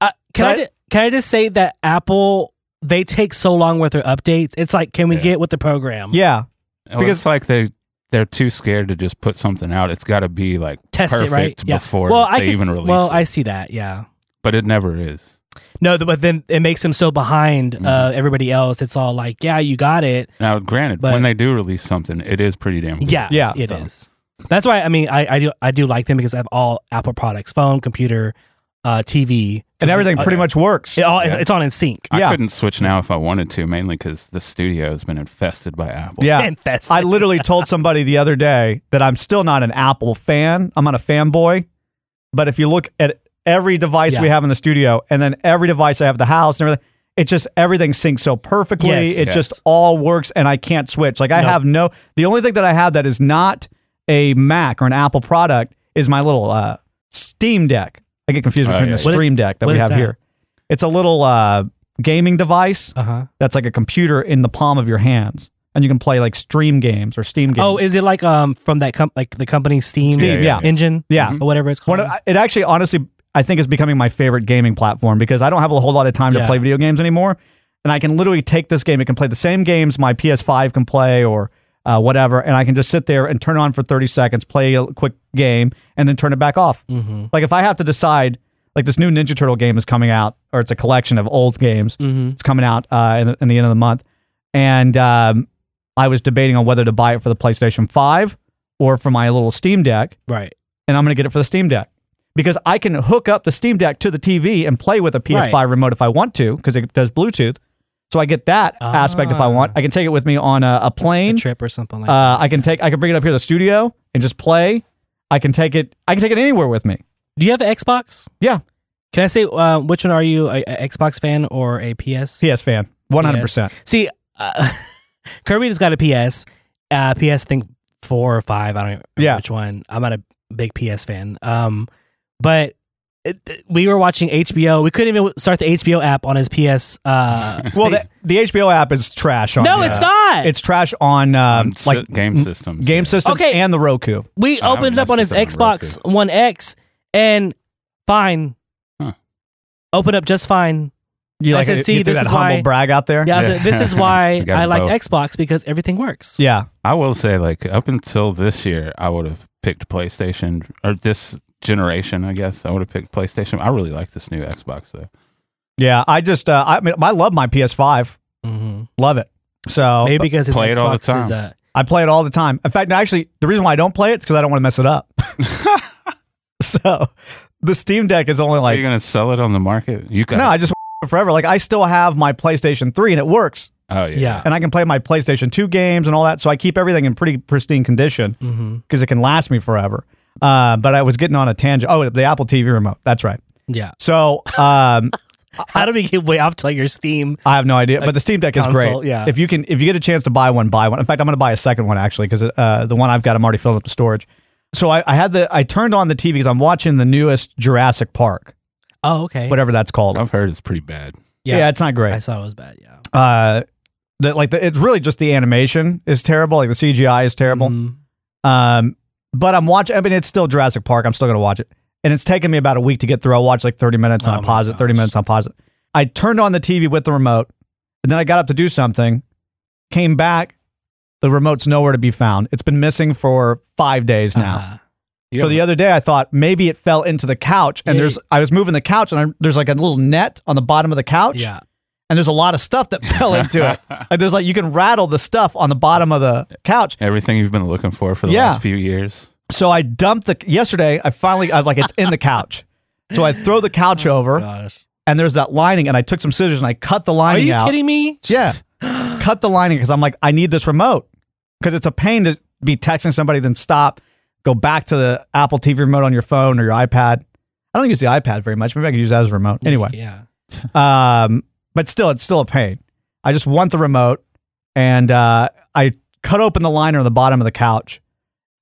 [SPEAKER 5] Uh, can I
[SPEAKER 4] But-
[SPEAKER 5] ju- can I just say that Apple they take so long with their updates? It's like can we
[SPEAKER 6] Yeah.
[SPEAKER 5] get with the program?
[SPEAKER 4] Yeah,
[SPEAKER 6] because it's like they they're too scared to just put something out. It's got to be like
[SPEAKER 5] test it
[SPEAKER 6] perfect
[SPEAKER 5] right
[SPEAKER 6] before
[SPEAKER 5] Well, I
[SPEAKER 6] they
[SPEAKER 5] can
[SPEAKER 6] even
[SPEAKER 5] s-
[SPEAKER 6] release
[SPEAKER 5] Well,
[SPEAKER 6] it.
[SPEAKER 5] I see that. Yeah.
[SPEAKER 6] but it never is.
[SPEAKER 5] No, th- but then it makes them so behind uh,
[SPEAKER 6] Mm-hmm.
[SPEAKER 5] everybody else. It's all like, yeah, you got it.
[SPEAKER 6] Now, granted,
[SPEAKER 5] But-
[SPEAKER 6] when they do release something, it is pretty damn good.
[SPEAKER 5] Yeah,
[SPEAKER 4] Yeah.
[SPEAKER 5] it is.
[SPEAKER 6] So-
[SPEAKER 5] That's why I mean I, I do I do like them because I have all Apple products: phone, computer, uh, TV,
[SPEAKER 4] and everything
[SPEAKER 5] Uh,
[SPEAKER 4] pretty much works.
[SPEAKER 5] It all
[SPEAKER 6] Yeah.
[SPEAKER 5] it's on in sync.
[SPEAKER 6] I
[SPEAKER 4] Yeah.
[SPEAKER 6] couldn't switch now if I wanted to, mainly because the studio has been infested by Apple.
[SPEAKER 4] Yeah.
[SPEAKER 5] And that's
[SPEAKER 4] I literally told somebody the other day that I'm still not an Apple fan. I'm not a fanboy. But if you look at every device
[SPEAKER 5] Yeah.
[SPEAKER 4] we have in the studio and then every device I have at the house and everything, it just everything syncs so perfectly.
[SPEAKER 5] Yes.
[SPEAKER 4] It
[SPEAKER 6] Yes.
[SPEAKER 4] just all works and I can't switch. Like I
[SPEAKER 5] Nope.
[SPEAKER 4] have no the only thing that I have that is not a Mac or an Apple product is my little uh, Steam Deck. I get confused
[SPEAKER 6] Oh,
[SPEAKER 4] between
[SPEAKER 6] yeah,
[SPEAKER 4] the
[SPEAKER 5] yeah.
[SPEAKER 4] Stream Deck that
[SPEAKER 5] What
[SPEAKER 4] we
[SPEAKER 5] is
[SPEAKER 4] have
[SPEAKER 5] that?
[SPEAKER 4] here. It's a little uh, gaming device
[SPEAKER 5] uh
[SPEAKER 6] Uh-huh.
[SPEAKER 5] huh.
[SPEAKER 4] that's like a computer in the palm of your hands, and you can play like stream games or Steam games.
[SPEAKER 5] Oh, is it like um from that com- like the company Steam,
[SPEAKER 4] Steam,
[SPEAKER 6] yeah,
[SPEAKER 4] yeah,
[SPEAKER 5] engine Mm-hmm.
[SPEAKER 4] yeah.
[SPEAKER 5] or whatever it's called?
[SPEAKER 4] One of, it actually, honestly, I think is becoming my favorite gaming platform because I don't have a whole lot of time
[SPEAKER 5] Yeah.
[SPEAKER 4] to play video games anymore, and I can literally take this game. It can play the same games my PS5 can play or. Uh, whatever, and I can just sit there and turn it on for 30 seconds, play a quick game, and then turn it back off.
[SPEAKER 5] mm-hmm.
[SPEAKER 4] Like, if I have to decide, like, this new Ninja Turtle game is coming out, or it's a collection of old games,
[SPEAKER 5] Mm-hmm.
[SPEAKER 4] It's coming out uh, in, in the end of the month. And um, I was debating on whether to buy it for the PlayStation 5 or for my little Steam Deck.
[SPEAKER 5] Right.
[SPEAKER 4] And I'm going to get it for the Steam Deck because I can hook up the Steam Deck to the TV and play with a PS5
[SPEAKER 5] Right.
[SPEAKER 4] remote if I want to because it does Bluetooth. So I get that aspect if I want.
[SPEAKER 5] Ah.
[SPEAKER 4] I can take it with me on a, a
[SPEAKER 5] A
[SPEAKER 4] plane.
[SPEAKER 5] trip or something like
[SPEAKER 4] Uh, I can take. I can bring it up here to the studio and just play. I can take it. I can take it anywhere with me.
[SPEAKER 5] that. Do you have an Xbox?
[SPEAKER 4] Yeah.
[SPEAKER 5] Can I say uh, which one are you, a, a Xbox fan or a PS?
[SPEAKER 4] PS fan, one hundred percent.
[SPEAKER 5] See, uh, Kirby just got a PS. Uh, PS, I think four or five. I don't remember
[SPEAKER 4] Yeah.
[SPEAKER 5] which one. I'm not a big PS fan. Um, but it, we were watching HBO. We couldn't even start the HBO app on his PS. Uh,
[SPEAKER 4] Well, the, the HBO app is trash. on
[SPEAKER 5] no,
[SPEAKER 4] the-
[SPEAKER 5] it's not.
[SPEAKER 4] It's trash on
[SPEAKER 6] On
[SPEAKER 4] um,
[SPEAKER 6] si-
[SPEAKER 4] like
[SPEAKER 6] game system.
[SPEAKER 4] game system
[SPEAKER 5] Okay.
[SPEAKER 4] and the Roku.
[SPEAKER 5] we
[SPEAKER 6] I
[SPEAKER 5] opened it up
[SPEAKER 6] must
[SPEAKER 5] on his
[SPEAKER 6] have been
[SPEAKER 5] Xbox One X, and fine.
[SPEAKER 6] Huh.
[SPEAKER 5] Open up just fine.
[SPEAKER 4] You
[SPEAKER 5] I
[SPEAKER 4] like
[SPEAKER 5] said,
[SPEAKER 4] you
[SPEAKER 5] see, this
[SPEAKER 4] threw that
[SPEAKER 5] is
[SPEAKER 4] humble
[SPEAKER 5] why-
[SPEAKER 4] brag out there.
[SPEAKER 5] Yeah, I was
[SPEAKER 6] Yeah.
[SPEAKER 5] like, this is
[SPEAKER 6] We
[SPEAKER 5] why
[SPEAKER 6] got
[SPEAKER 5] I like
[SPEAKER 6] both.
[SPEAKER 5] Xbox because everything works.
[SPEAKER 4] yeah,
[SPEAKER 6] I will say, like, up until this year, I would have picked PlayStation or this generation, I guess. I would have picked PlayStation. I really like this new Xbox, though.
[SPEAKER 4] yeah. I just, uh, I mean, I love my PS5.
[SPEAKER 5] Mm-hmm.
[SPEAKER 4] Love it. So
[SPEAKER 5] Maybe because his
[SPEAKER 6] play
[SPEAKER 5] Xbox
[SPEAKER 6] it all the
[SPEAKER 5] is
[SPEAKER 6] time.
[SPEAKER 5] uh,
[SPEAKER 4] I play it all the time. In fact, actually, the reason why I don't play it is because I don't want to mess it up. so the Steam Deck is only
[SPEAKER 6] Are you
[SPEAKER 4] like
[SPEAKER 6] going to sell it on the market? You got
[SPEAKER 4] no, I just want it forever. Like I still have my PlayStation 3 and it works,
[SPEAKER 6] Oh, yeah.
[SPEAKER 5] Yeah.
[SPEAKER 4] and I can play my PlayStation 2 games and all that. So I keep everything in pretty pristine condition
[SPEAKER 5] mhm.
[SPEAKER 4] because it can last me forever. Uh, but I was getting on a tangent. Oh, the Apple TV remote. That's right.
[SPEAKER 5] yeah.
[SPEAKER 4] So um,
[SPEAKER 5] How do we get way off to like your Steam?
[SPEAKER 4] I have no idea,
[SPEAKER 5] Like,
[SPEAKER 4] but the Steam Deck is
[SPEAKER 5] console,
[SPEAKER 4] great.
[SPEAKER 5] yeah.
[SPEAKER 4] If you can, if you get a chance to buy one, buy one. In fact, I'm going to buy a second one actually because uh, the one I've got, I'm already filling up the storage. So I, I had the, I turned on the TV because I'm watching the newest Jurassic Park,
[SPEAKER 5] Oh, okay.
[SPEAKER 4] whatever that's called.
[SPEAKER 6] I've heard it's pretty bad.
[SPEAKER 4] Yeah, it's not
[SPEAKER 5] I
[SPEAKER 4] great.
[SPEAKER 5] saw it was bad. Yeah.
[SPEAKER 4] Uh, the, like the, it's really just the animation is terrible. Like the CGI is terrible.
[SPEAKER 5] Mhm.
[SPEAKER 4] Um, but I'm watching. I mean, it's still Jurassic Park. I'm still going to watch it, and it's taken me about a week to get through. I watch like 30 minutes, and
[SPEAKER 5] Oh
[SPEAKER 4] I
[SPEAKER 5] my
[SPEAKER 4] pause it. 30
[SPEAKER 5] gosh.
[SPEAKER 4] minutes, I pause it. I turned on the TV with the remote, and then I got up to do something. Came back, the remote's nowhere to be found. It's been missing for five days now.
[SPEAKER 5] Uh-huh.
[SPEAKER 4] So the other day, I thought maybe it fell into the couch, and
[SPEAKER 5] Yeah.
[SPEAKER 4] there's I was moving the couch, and I, there's like a little net on the bottom of the couch,
[SPEAKER 5] yeah.
[SPEAKER 4] and there's a lot of stuff that fell into it. Like there's like you can rattle the stuff on the bottom of the couch,
[SPEAKER 6] Everything you've been looking for for the
[SPEAKER 4] Yeah.
[SPEAKER 6] last few years.
[SPEAKER 4] So I dumped the yesterday. I finally I was like it's in the couch. So I throw the couch over,
[SPEAKER 5] Gosh.
[SPEAKER 4] and there's that lining, and I took some scissors and I cut the
[SPEAKER 5] Oh, Are
[SPEAKER 4] lining
[SPEAKER 5] you
[SPEAKER 4] out.
[SPEAKER 5] kidding me?
[SPEAKER 4] Yeah, cut the lining because I'm like I need this remote because it's a pain to be texting somebody then stop, go back to the Apple TV remote on your phone or your iPad. I don't use the iPad very much. Maybe I could use that as a remote anyway.
[SPEAKER 5] Yeah.
[SPEAKER 4] Um, but still, it's still a pain. I just want the remote, and uh, I cut open the liner on the bottom of the couch.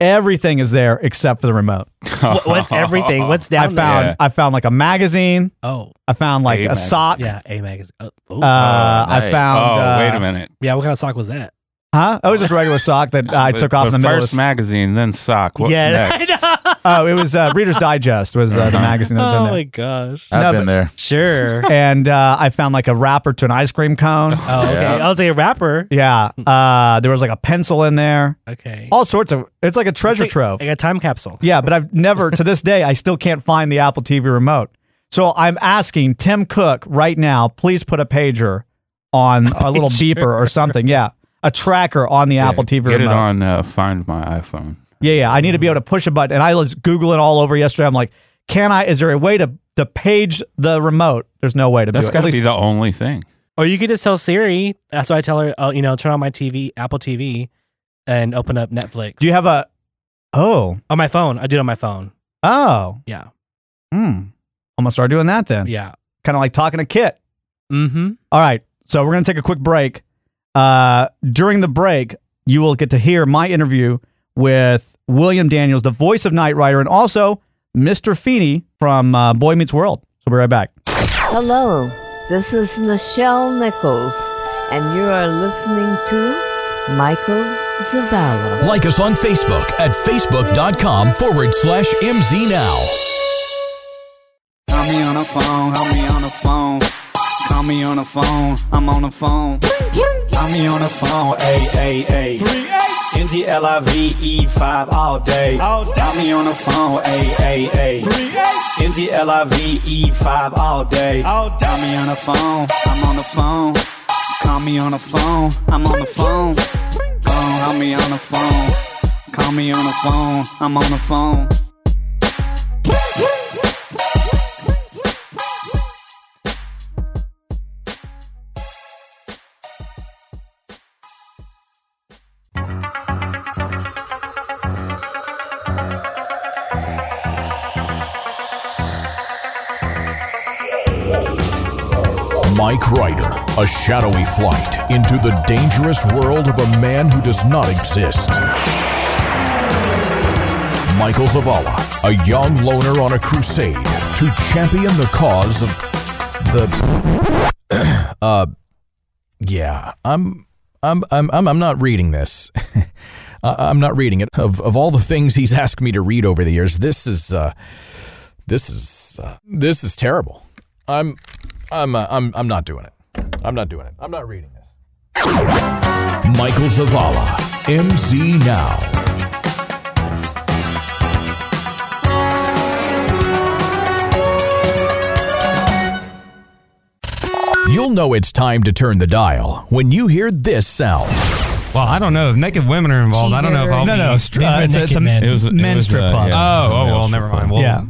[SPEAKER 4] Everything is there except for the remote.
[SPEAKER 5] What- what's everything? What's down
[SPEAKER 4] I found
[SPEAKER 6] Yeah.
[SPEAKER 4] I found like a magazine.
[SPEAKER 5] there? Oh,
[SPEAKER 4] I found like
[SPEAKER 6] A
[SPEAKER 4] a,
[SPEAKER 6] magazine.
[SPEAKER 4] sock.
[SPEAKER 5] yeah, a magazine. Oh, oh.
[SPEAKER 4] Uh, I
[SPEAKER 8] nice.
[SPEAKER 4] found.
[SPEAKER 6] Oh,
[SPEAKER 4] uh,
[SPEAKER 6] wait a minute.
[SPEAKER 5] yeah, what kind of sock was that?
[SPEAKER 4] Huh? It was just a regular sock that I
[SPEAKER 6] But-
[SPEAKER 4] took off
[SPEAKER 6] but
[SPEAKER 4] in the middle. Of,
[SPEAKER 6] first magazine, then sock. What's
[SPEAKER 5] yeah,
[SPEAKER 6] next?
[SPEAKER 5] I know.
[SPEAKER 4] oh, it was uh, Reader's Digest was uh, the magazine that was
[SPEAKER 5] Oh
[SPEAKER 4] in there.
[SPEAKER 5] my gosh.
[SPEAKER 8] I've
[SPEAKER 4] No,
[SPEAKER 8] been
[SPEAKER 4] but-
[SPEAKER 8] there.
[SPEAKER 5] Sure.
[SPEAKER 4] And uh, I found like a wrapper to an ice cream cone.
[SPEAKER 5] Oh, okay.
[SPEAKER 8] Yeah.
[SPEAKER 5] I was like a rapper.
[SPEAKER 4] yeah. Uh, there was like a pencil in there.
[SPEAKER 5] Okay.
[SPEAKER 4] All sorts of. It's like a treasure
[SPEAKER 5] It's
[SPEAKER 4] trove.
[SPEAKER 5] Like a time capsule.
[SPEAKER 4] Yeah, but I've never to this day I still can't find the Apple TV remote. So I'm asking Tim Cook right now, please put a pager on a little beeper or something. Yeah. A tracker on the Apple TV
[SPEAKER 6] Get
[SPEAKER 4] remote.
[SPEAKER 6] it on uh, Find My iPhone.
[SPEAKER 4] Yeah, yeah. I need to be able to push a button. And I was Googling all over yesterday. I'm like, can I is there a way to to page the remote? There's no way to do
[SPEAKER 6] That's
[SPEAKER 4] it. At
[SPEAKER 6] gotta be
[SPEAKER 4] least-
[SPEAKER 6] the only thing.
[SPEAKER 5] Or you could just tell Siri. That's why I tell her, oh, you know, turn on my TV, Apple TV, and open up Netflix.
[SPEAKER 4] do you have a Oh.
[SPEAKER 5] on my phone. I do it on my phone.
[SPEAKER 4] Oh.
[SPEAKER 5] Yeah.
[SPEAKER 4] Hmm. I'm gonna start doing that then.
[SPEAKER 5] Yeah.
[SPEAKER 4] Kind of like talking to Kit.
[SPEAKER 5] Mm-hmm.
[SPEAKER 4] All right. So we're going to take a quick break. Uh, during the break, you will get to hear my interview with William Daniels, the voice of Knight Rider, and also Mr. Feeney from uh, Boy Meets World. So we'll be right back.
[SPEAKER 9] Hello, this is Nichelle Nichols, and you are listening to Michael Zavala.
[SPEAKER 1] Like us on Facebook at facebook.com forward slash MZ Now.
[SPEAKER 10] Call me on the phone, call me on the phone. Call me on the phone, I'm on the phone. Call me on the phone, ay, ay, ay. N-G-L-I-V-E 5 E all day. Call me on the phone, ay, ay, ay. N-G-L-I-V-E 5 E all day. Call me on the phone, I'm on the phone. Call me on the phone, I'm on the phone. Phone, Call me on the phone. Call me on the phone, I'm on the phone.
[SPEAKER 1] Mike Ryder, a shadowy flight into the dangerous world of a man who does not exist. Michael Zavala, a young loner on a crusade to champion the cause of the. uh,
[SPEAKER 11] Yeah, I'm, I'm, I'm, I'm, I'm not reading this. I- I'm not reading it. Of of all the things he's asked me to read over the years, this is, uh, this is, uh, this is terrible. I'm, I'm, uh, I'm, I'm not doing it. I'm not doing it. I'm not reading this.
[SPEAKER 1] Michael Zavala, MZ Now.
[SPEAKER 11] You'll know it's time to turn the dial when you hear this sound.
[SPEAKER 12] Well, I don't know. If naked women are involved, I don't know if I'll
[SPEAKER 10] No,
[SPEAKER 12] be-
[SPEAKER 10] no, stri- uh, it's, a, it's a
[SPEAKER 12] It was- it
[SPEAKER 10] men's
[SPEAKER 12] was,
[SPEAKER 10] strip
[SPEAKER 12] uh,
[SPEAKER 10] club.
[SPEAKER 12] yeah,
[SPEAKER 11] Oh,
[SPEAKER 12] it was a
[SPEAKER 11] oh,
[SPEAKER 12] male
[SPEAKER 11] well,
[SPEAKER 12] strip
[SPEAKER 11] never
[SPEAKER 12] club.
[SPEAKER 11] mind.
[SPEAKER 12] Well,
[SPEAKER 4] Yeah.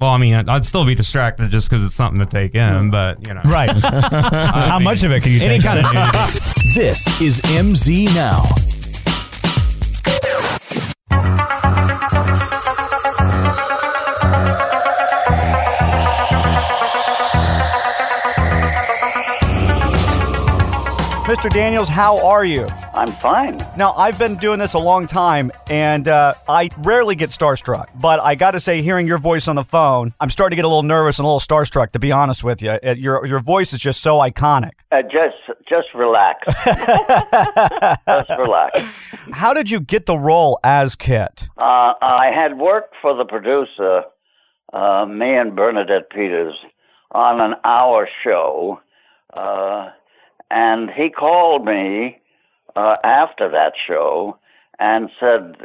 [SPEAKER 12] Well, I mean, I'd, I'd still be distracted just because it's something to take in, but you know,
[SPEAKER 4] Right.
[SPEAKER 12] I
[SPEAKER 4] How
[SPEAKER 12] mean,
[SPEAKER 4] much of it can you
[SPEAKER 12] Any
[SPEAKER 4] take?
[SPEAKER 12] kind of nudity.
[SPEAKER 11] This is MZ Now.
[SPEAKER 4] Mr. Daniels, how are you?
[SPEAKER 2] I'm fine.
[SPEAKER 4] Now, I've been doing this a long time, and uh, I rarely get starstruck. But I got to say, hearing your voice on the phone, I'm starting to get a little nervous and a little starstruck, to be honest with you. It- your, your voice is just so iconic.
[SPEAKER 2] Uh, just, just relax. just relax.
[SPEAKER 4] How did you get the role as Kit?
[SPEAKER 2] Uh, I had worked for the producer, uh, me and Bernadette Peters, on an hour show, uh, and he called me uh, after that show and said,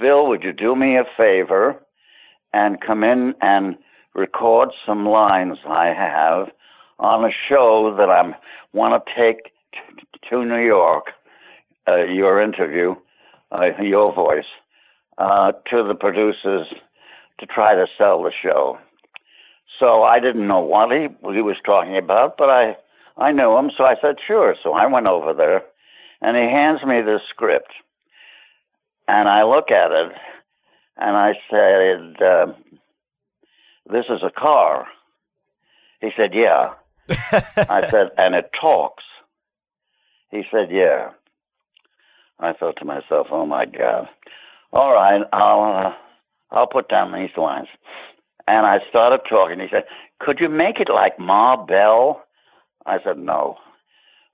[SPEAKER 2] "Bill, would you do me a favor and come in and record some lines I have on a show that I'm want to take t- t- to New York? Uh, your interview, uh, your voice." uh, to the producers to try to sell the show. So I didn't know what he, what he was talking about, but I, I knew him, so I said, sure. So I went over there, and he hands me this script. And I look at it, and I said, uh, this is a car. He said, yeah. I said, and it talks. He said, yeah. I thought to myself, oh my God. All right, I'll uh, I'll put down these lines. And I started talking. He said, Could you make it like Ma Bell? I said, No.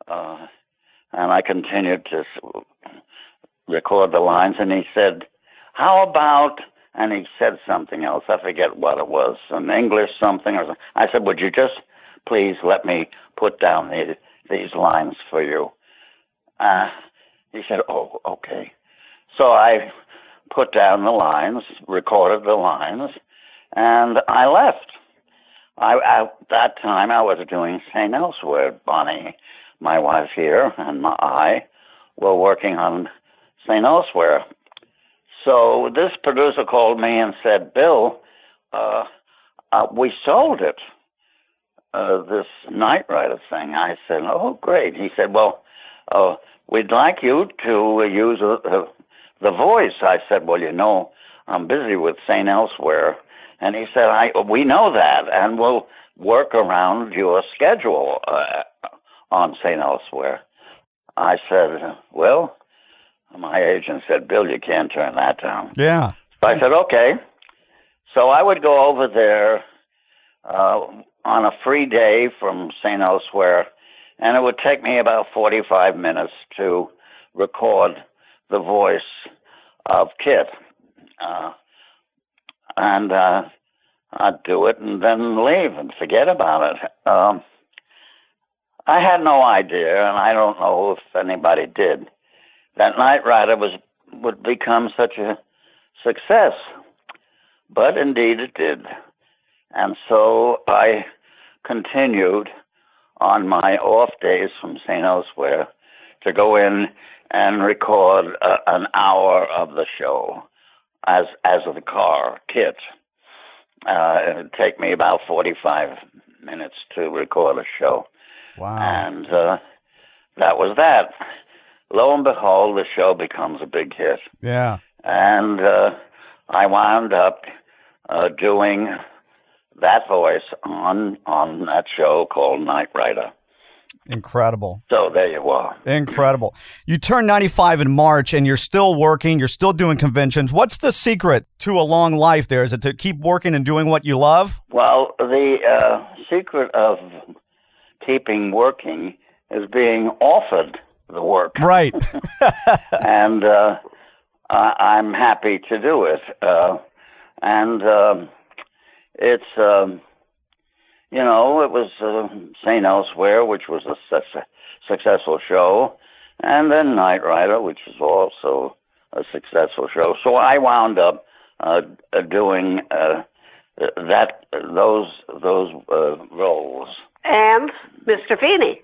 [SPEAKER 2] Uh, and I continued to s- record the lines. And he said, How about? And he said something else. I forget what it was. An English something or something. I said, Would you just please let me put down the, these lines for you? Uh, he said, Oh, okay. So I put down the lines, recorded the lines, and I left. I at that time I was doing St. Elsewhere. Bonnie, my wife here, and my, I were working on St. Elsewhere. So this producer called me and said, "Bill, uh, uh, we sold it, uh, this Knight Rider thing." I said, "Oh, great." He said, "Well, uh, we'd like you to use uh, uh, the voice." I said, "Well, you know, I'm busy with St. Elsewhere." And he said, "I we know that, and we'll work around your schedule uh, on St. Elsewhere." I said, "Well," my agent said, "Bill, you can't turn that down."
[SPEAKER 4] Yeah.
[SPEAKER 2] So I said, "Okay." So I would go over there uh, on a free day from St. Elsewhere, and it would take me about forty-five minutes to record the voice of Kit. Uh, and uh, I'd do it and then leave and forget about it. Um, I had no idea, and I don't know if anybody did. That Knight Rider was would become such a success, but indeed it did, and so I continued on my off days from St. Elsewhere to go in and record uh, an hour of the show as as the car kit. Uh, it would take me about forty five minutes to record a show,
[SPEAKER 4] Wow.
[SPEAKER 2] and uh, that was that. Lo and behold, the show becomes a big hit,
[SPEAKER 4] Yeah.
[SPEAKER 2] and uh, I wound up uh, doing that voice on on that show called Night Rider.
[SPEAKER 4] Incredible.
[SPEAKER 2] So there you are.
[SPEAKER 4] Incredible. You turn 95 in March and you're still working, you're still doing conventions. What's the secret to a long life there? Is it to keep working and doing what you love?
[SPEAKER 2] Well, the uh, secret of keeping working is being offered the work,
[SPEAKER 4] Right.
[SPEAKER 2] and uh, I- I'm happy to do it. Uh, and um, it's, um, you know, it was uh, St. Elsewhere, which was a suc- successful show, and then Knight Rider, which is also a successful show. So I wound up uh, uh, doing. Uh, that those those uh, roles.
[SPEAKER 8] And Mr. Feeney.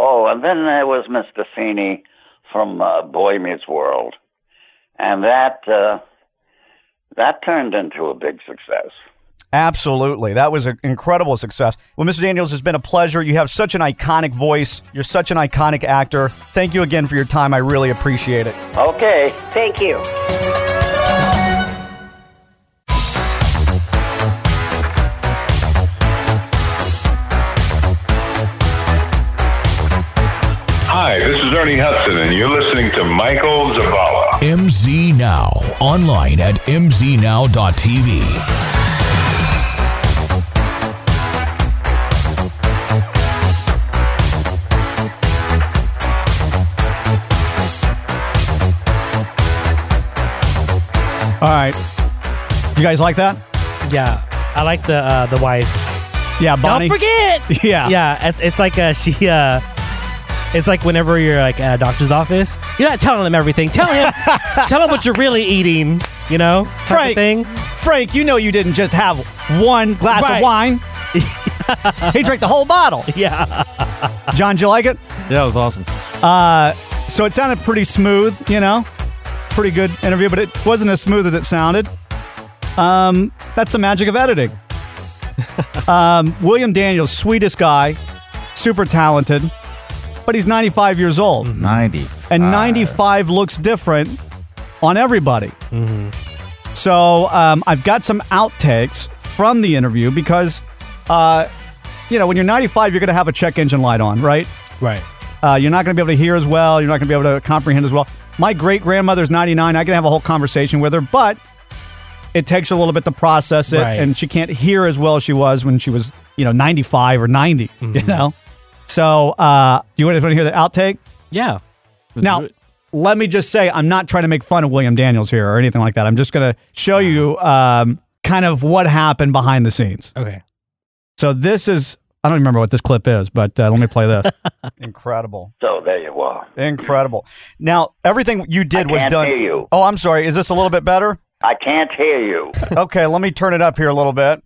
[SPEAKER 2] Oh, and then there was Mr. Feeney from uh, Boy Meets World, and that uh, that turned into a big success.
[SPEAKER 4] Absolutely. That was an incredible success. Well, Mr. Daniels, it's been a pleasure. You have such an iconic voice. You're such an iconic actor. Thank you again for your time. I really appreciate it.
[SPEAKER 2] Okay.
[SPEAKER 8] Thank you.
[SPEAKER 13] Hi, this is Ernie Hudson, and you're listening to Michael Zavala.
[SPEAKER 11] MZ Now, online at mznow.tv.
[SPEAKER 4] All right. You guys like that?
[SPEAKER 5] Yeah, I like the uh, the wife.
[SPEAKER 4] Yeah, Bonnie.
[SPEAKER 5] Don't forget.
[SPEAKER 4] Yeah,
[SPEAKER 5] yeah. It's it's like uh, she. Uh, it's like whenever you're like at a doctor's office, you're not telling him everything. Tell him, tell him what you're really eating. You know, type of
[SPEAKER 4] Frank,
[SPEAKER 5] thing.
[SPEAKER 4] Frank, you know you didn't just have one glass
[SPEAKER 5] Right.
[SPEAKER 4] of wine. he drank the whole bottle.
[SPEAKER 5] Yeah.
[SPEAKER 4] John, did you like it?
[SPEAKER 7] Yeah, it was awesome.
[SPEAKER 4] Uh, so it sounded pretty smooth, you know, pretty good interview, but it wasn't as smooth as it sounded. Um, that's the magic of editing. um, William Daniels, sweetest guy, super talented, but he's 95 years old.
[SPEAKER 14] 90.
[SPEAKER 4] And 95 looks different on everybody. So um, I've got some outtakes from the interview because, uh, you know, when you're 95, you're going to have a check engine light on, right?
[SPEAKER 5] Right.
[SPEAKER 4] Uh, you're not going to be able to hear as well. You're not going to be able to comprehend as well. My great grandmother's 99. I can have a whole conversation with her, but it takes her a little bit to process it,
[SPEAKER 5] Right.
[SPEAKER 4] and she can't hear as well as she was when she was, you know, 95 or 90,
[SPEAKER 5] Mm-hmm.
[SPEAKER 4] you know? So, uh, do you want to hear the outtake?
[SPEAKER 5] Yeah.
[SPEAKER 4] now, let me just say, I'm not trying to make fun of William Daniels here or anything like that. I'm just going to show you um, kind of what happened behind the scenes.
[SPEAKER 5] Okay.
[SPEAKER 4] So, this is, I don't remember what this clip is, but uh, let me play this. Incredible.
[SPEAKER 2] So there you are.
[SPEAKER 4] Incredible. Now, everything you did
[SPEAKER 2] I
[SPEAKER 4] was
[SPEAKER 2] can't
[SPEAKER 4] done.
[SPEAKER 2] hear you.
[SPEAKER 4] Oh, I'm sorry. Is this a little bit better?
[SPEAKER 2] I can't hear you.
[SPEAKER 4] okay, let me turn it up here a little bit.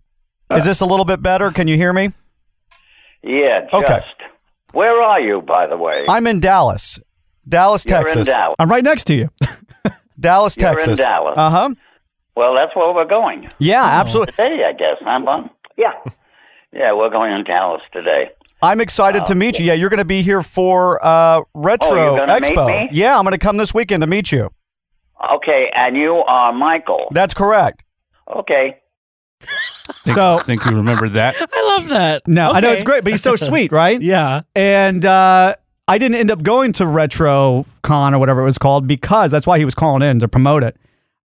[SPEAKER 4] Is this a little bit better? Can you hear me?
[SPEAKER 2] Yeah, just.
[SPEAKER 4] Okay.
[SPEAKER 2] Where are you, by the way?
[SPEAKER 4] I'm in Dallas, Dallas,
[SPEAKER 2] You're in
[SPEAKER 4] Texas.
[SPEAKER 2] Dallas.
[SPEAKER 4] I'm right next to you, Dallas,
[SPEAKER 2] You're in
[SPEAKER 4] Texas.
[SPEAKER 2] Dallas. Oh.
[SPEAKER 4] Uh huh.
[SPEAKER 2] well, that's where we're going.
[SPEAKER 4] Yeah, absolutely.
[SPEAKER 2] Today, I guess, huh, Bun? Yeah. Yeah, we're going in Dallas today.
[SPEAKER 4] I'm excited to meet you. Yeah, you're going to be here for uh, Retro
[SPEAKER 2] Oh, you're gonna meet
[SPEAKER 4] Expo.
[SPEAKER 2] me?
[SPEAKER 4] Yeah, I'm going to come this weekend to meet you.
[SPEAKER 2] Okay, and you are Michael.
[SPEAKER 4] That's correct.
[SPEAKER 2] Okay.
[SPEAKER 4] So I
[SPEAKER 6] think you remember that.
[SPEAKER 5] I love that.
[SPEAKER 4] No, I know
[SPEAKER 5] Okay.
[SPEAKER 4] it's great, but he's so sweet, right?
[SPEAKER 5] yeah.
[SPEAKER 4] And uh, I didn't end up going to Retro Con or whatever it was called because that's why he was calling in to promote it.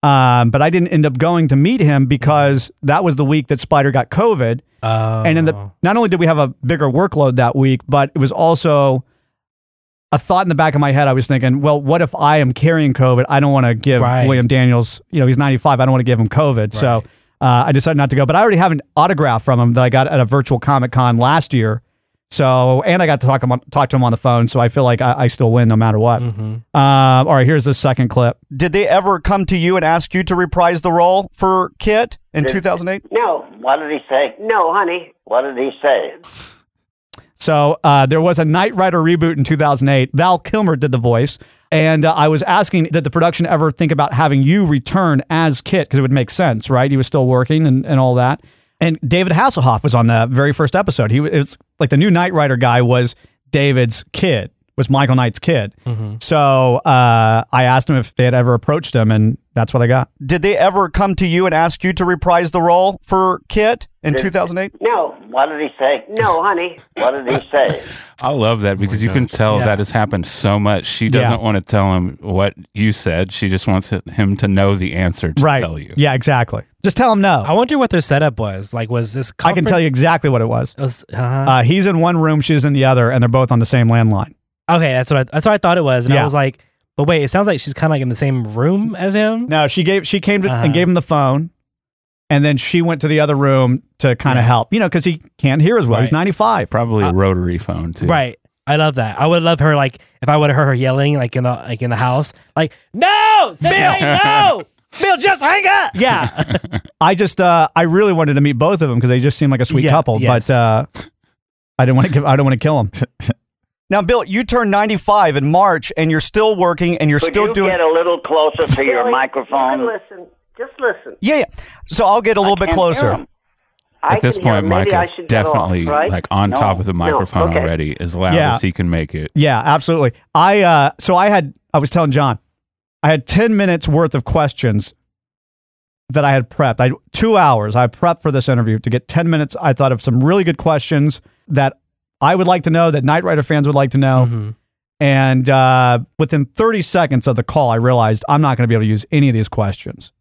[SPEAKER 4] Um, but I didn't end up going to meet him because that was the week that Spider got COVID.
[SPEAKER 5] Oh.
[SPEAKER 4] And in the, not only did we have a bigger workload that week, but it was also a thought in the back of my head. I was thinking, well, what if I am carrying COVID? I don't want to give
[SPEAKER 5] Right.
[SPEAKER 4] William Daniels, you know, he's 95. I don't want to give him COVID. So uh, I decided not to go. But I already have an autograph from him that I got at a virtual Comic Con last year. So, and I got to talk, him on, talk to him on the phone. So I feel like I, I still win no matter what. Uh, all right, here's the second clip. Did they ever come to you and ask you to reprise the role for Kit in
[SPEAKER 2] Did-
[SPEAKER 4] 2008?
[SPEAKER 2] No. What did he say?
[SPEAKER 8] No, honey.
[SPEAKER 2] What did he say?
[SPEAKER 4] So uh, there was a Knight Rider reboot in 2008. Val Kilmer did the voice. And uh, I was asking, did the production ever think about having you return as Kit? Because it would make sense, right? He was still working and, and all that. And David Hasselhoff was on the very first episode. He was it was like the new Knight Rider guy was David's kid, was Michael Knight's kid. So uh, I asked him if they had ever approached him, and that's what I got. Did they ever come to you and ask you to reprise the role for Kit in 2008?
[SPEAKER 8] No.
[SPEAKER 2] What did he say?
[SPEAKER 8] No, honey.
[SPEAKER 2] What did he say?
[SPEAKER 6] I love
[SPEAKER 8] Oh
[SPEAKER 6] that because you can tell
[SPEAKER 8] Yeah.
[SPEAKER 6] that has happened so much. She
[SPEAKER 4] Yeah.
[SPEAKER 6] doesn't want to tell him what you said. She just wants hi- him to know the answer to
[SPEAKER 4] Right.
[SPEAKER 6] tell you.
[SPEAKER 4] Yeah, exactly. Just tell him no.
[SPEAKER 5] I wonder what their setup was. Like, was this?
[SPEAKER 4] I can tell you exactly what it was.
[SPEAKER 5] uh-huh.
[SPEAKER 4] Uh, he's in one room, she's in the other, and they're both on the same landline.
[SPEAKER 5] Okay, that's what I, that's what I thought it was, and
[SPEAKER 4] Uh, Yeah.
[SPEAKER 5] I was like, but wait, it sounds like she's kind of like in the same room as him.
[SPEAKER 4] No, she gave she came to,
[SPEAKER 5] Uh-huh.
[SPEAKER 4] and gave him the phone, and then she went to the other room to kind of help, you know, because he can't hear as well. He's
[SPEAKER 5] Right.
[SPEAKER 4] ninety five.
[SPEAKER 6] Probably a rotary phone too.
[SPEAKER 5] Right. I love that. I would love her like if I would have heard her yelling like in the like in the house like no, Billy, no, Bill, just hang up. Yeah,
[SPEAKER 4] I just uh, I really wanted to meet both of them because they just seem like a sweet
[SPEAKER 5] Yeah,
[SPEAKER 4] couple,
[SPEAKER 5] yes.
[SPEAKER 4] but uh, I didn't want to give I don't want to kill him. now, Bill, you turned ninety five in March, and you're still working, and you're
[SPEAKER 2] Could you get a little closer to your microphone?
[SPEAKER 8] Listen. Just listen.
[SPEAKER 4] yeah, yeah. So I'll get a little bit
[SPEAKER 8] can't
[SPEAKER 4] closer.
[SPEAKER 8] hear him. I
[SPEAKER 6] At this
[SPEAKER 8] can hear
[SPEAKER 6] point,
[SPEAKER 8] him. Maybe I
[SPEAKER 6] Michael's
[SPEAKER 8] should get off,
[SPEAKER 6] definitely
[SPEAKER 8] right?
[SPEAKER 6] like on
[SPEAKER 8] No.
[SPEAKER 6] top of the
[SPEAKER 8] No.
[SPEAKER 6] microphone
[SPEAKER 8] Okay.
[SPEAKER 6] already, as loud
[SPEAKER 4] Yeah.
[SPEAKER 6] as he can make it.
[SPEAKER 4] Yeah, absolutely. I uh so I had I was telling John, I had 10 minutes worth of questions that I had prepped. I 2 hours I prepped for this interview to get 10 minutes. I thought of some really good questions that I would like to know that Knight Rider fans would like to
[SPEAKER 5] Mm-hmm.
[SPEAKER 4] know. And uh, within 30 seconds of the call, I realized I'm not going to be able to use any of these questions.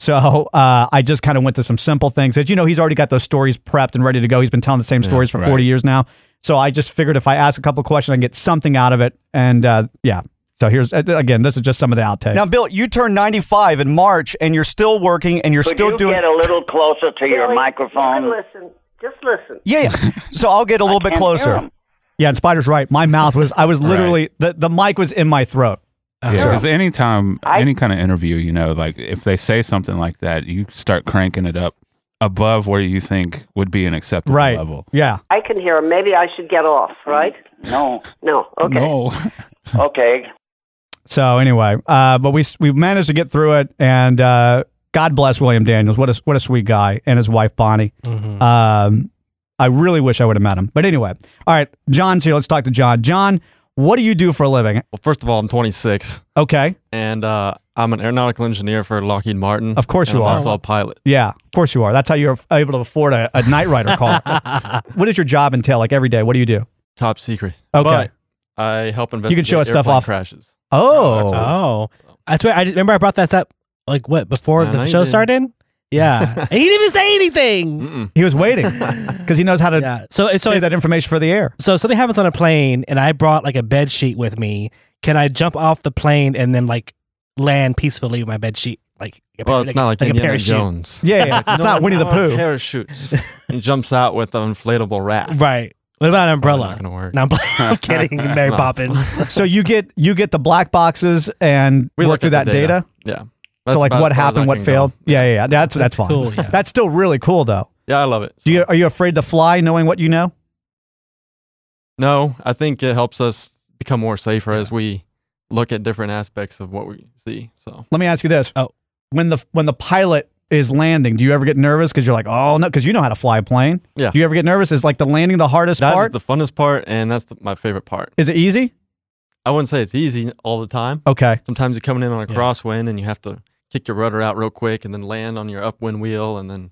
[SPEAKER 4] So uh, I just kind of went to some simple things. As you know, he's already got those stories prepped and ready to go. He's been telling the same
[SPEAKER 6] Yeah,
[SPEAKER 4] stories for
[SPEAKER 6] right.
[SPEAKER 4] 40 years now. So I just figured if I ask a couple of questions, I can get something out of it. And uh, yeah. So here's uh, again, this is just some of the outtakes. Now, Bill, you turned 95 in March, and you're still working, and you're
[SPEAKER 2] Could you get a little closer to your microphone?
[SPEAKER 8] Listen. Just listen.
[SPEAKER 4] Yeah, yeah. So I'll get a little bit
[SPEAKER 2] can't hear
[SPEAKER 4] closer.
[SPEAKER 2] 'em.
[SPEAKER 4] Yeah, and Spider's right. My mouth was, I was literally, the, the mic was in my throat.
[SPEAKER 6] because anytime, any kind of interview, you know, like if they say something like that, you start cranking it up above where you think would be an acceptable
[SPEAKER 4] Right.
[SPEAKER 6] level.
[SPEAKER 4] Yeah.
[SPEAKER 8] I can hear him. Maybe I should get off, right?
[SPEAKER 2] No.
[SPEAKER 8] No. Okay.
[SPEAKER 6] No.
[SPEAKER 2] Okay.
[SPEAKER 4] So anyway, uh, but we we managed to get through it, and uh, God bless William Daniels. What a what a sweet guy, and his wife Bonnie. Um, I really wish I would have met him. But anyway, all right, John's here. Let's talk to John. John, what do you do for a living?
[SPEAKER 7] Well, first of all, I'm 26,
[SPEAKER 4] Okay,
[SPEAKER 7] and uh, I'm an aeronautical engineer for Lockheed Martin.
[SPEAKER 4] Of course
[SPEAKER 7] and
[SPEAKER 4] you
[SPEAKER 7] I'm
[SPEAKER 4] are.
[SPEAKER 7] Also a pilot.
[SPEAKER 4] yeah, of course you are. That's how you're able to afford a, a night rider call. what does your job entail? Like every day, what do you do?
[SPEAKER 7] Top secret.
[SPEAKER 4] Okay.
[SPEAKER 7] But I help investigate.
[SPEAKER 4] you can show us stuff
[SPEAKER 7] airplane
[SPEAKER 4] off.
[SPEAKER 7] Crashes.
[SPEAKER 4] Oh,
[SPEAKER 5] Oh, I swear, I just, remember I brought that up like what before
[SPEAKER 7] I know
[SPEAKER 5] the
[SPEAKER 7] you
[SPEAKER 5] show
[SPEAKER 7] did.
[SPEAKER 5] started. Yeah. he didn't even say anything.
[SPEAKER 4] He was waiting because he knows how to
[SPEAKER 5] so, so
[SPEAKER 4] save that information for the air.
[SPEAKER 5] So if something happens on a plane and I brought like a bed sheet with me. Can I jump off the plane and then like land peacefully with my bed sheet? Like,
[SPEAKER 7] Well, it's not like, Indiana Jones. No one on Parachutes. he jumps out with an inflatable raft.
[SPEAKER 5] Right. What about an
[SPEAKER 7] umbrella? Not gonna work.
[SPEAKER 5] No, I'm, I'm kidding, Mary
[SPEAKER 7] No.
[SPEAKER 5] Poppins.
[SPEAKER 4] so you get you get the black boxes and
[SPEAKER 7] We
[SPEAKER 4] work
[SPEAKER 7] looked
[SPEAKER 4] through that
[SPEAKER 7] at the
[SPEAKER 4] data.
[SPEAKER 7] data. Yeah.
[SPEAKER 4] so
[SPEAKER 7] That's
[SPEAKER 4] like
[SPEAKER 7] about
[SPEAKER 4] what
[SPEAKER 7] as far as
[SPEAKER 4] happened,
[SPEAKER 7] I
[SPEAKER 4] what
[SPEAKER 7] can
[SPEAKER 4] failed. Yeah, yeah, yeah. That's that's,
[SPEAKER 7] That's
[SPEAKER 4] fine.
[SPEAKER 7] cool, yeah.
[SPEAKER 4] That's still really cool though.
[SPEAKER 7] Yeah, I love it.
[SPEAKER 4] Do you are you afraid to fly knowing what you know?
[SPEAKER 7] No, I think it helps us become more safer as we look at different aspects of what we see. So
[SPEAKER 4] Let me ask you this. Oh, when the when the pilot is landing, do you ever get nervous because you're like, oh no, because you know how to fly a plane?
[SPEAKER 7] Yeah.
[SPEAKER 4] Do you ever get nervous? Is like the landing the hardest
[SPEAKER 7] that is
[SPEAKER 4] part?
[SPEAKER 7] the funnest part, and that's the, my favorite part.
[SPEAKER 4] Is it easy?
[SPEAKER 7] I wouldn't say it's easy all the time.
[SPEAKER 4] Okay.
[SPEAKER 7] Sometimes you're coming in on a crosswind, and you have to kick your rudder out real quick, and then land on your upwind wheel, and then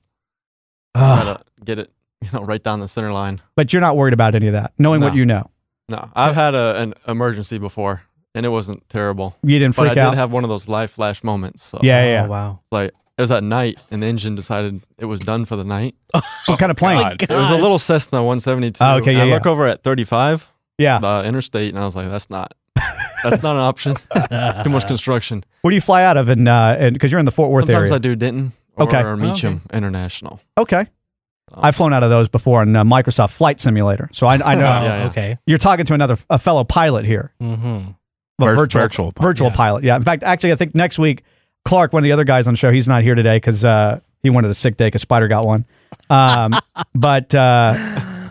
[SPEAKER 7] try to get it, you know, right down the center line.
[SPEAKER 4] but you're not worried about any of that, knowing what
[SPEAKER 7] No.
[SPEAKER 4] you know.
[SPEAKER 7] No, I've had a, an emergency before, and it wasn't terrible.
[SPEAKER 4] You didn't
[SPEAKER 7] but
[SPEAKER 4] freak
[SPEAKER 7] I
[SPEAKER 4] out?
[SPEAKER 7] did have one of those live flash moments. So.
[SPEAKER 4] Yeah, yeah, Oh, yeah.
[SPEAKER 5] wow.
[SPEAKER 7] Like it was at night, and the engine decided it was done for the night.
[SPEAKER 4] What kind of plane?
[SPEAKER 7] It was a little Cessna 172.
[SPEAKER 4] Oh, okay,
[SPEAKER 7] and
[SPEAKER 4] yeah,
[SPEAKER 7] I
[SPEAKER 4] yeah. Ah.
[SPEAKER 7] look over at 35.
[SPEAKER 4] Yeah.
[SPEAKER 7] The interstate, and I was like, that's not, that's not an option. Too much construction.
[SPEAKER 4] Where do you fly out of? And because you're in the Fort Worth
[SPEAKER 7] Sometimes
[SPEAKER 4] area.
[SPEAKER 7] I do Denton or
[SPEAKER 4] Okay. Oh,
[SPEAKER 7] Meacham International.
[SPEAKER 4] Okay. I've flown out of those before on uh, Microsoft Flight Simulator, so I, I know.
[SPEAKER 7] Yeah, yeah. Okay.
[SPEAKER 4] You're talking to another a fellow pilot here,
[SPEAKER 5] Mm-hmm.
[SPEAKER 4] Well,
[SPEAKER 6] Vir-
[SPEAKER 4] virtual
[SPEAKER 6] virtual pilot,
[SPEAKER 4] virtual pilot. Yeah. In fact, actually, I think next week Clark, one of the other guys on the show, he's not here today because uh, he wanted a sick day because Spider got one. Um, but uh,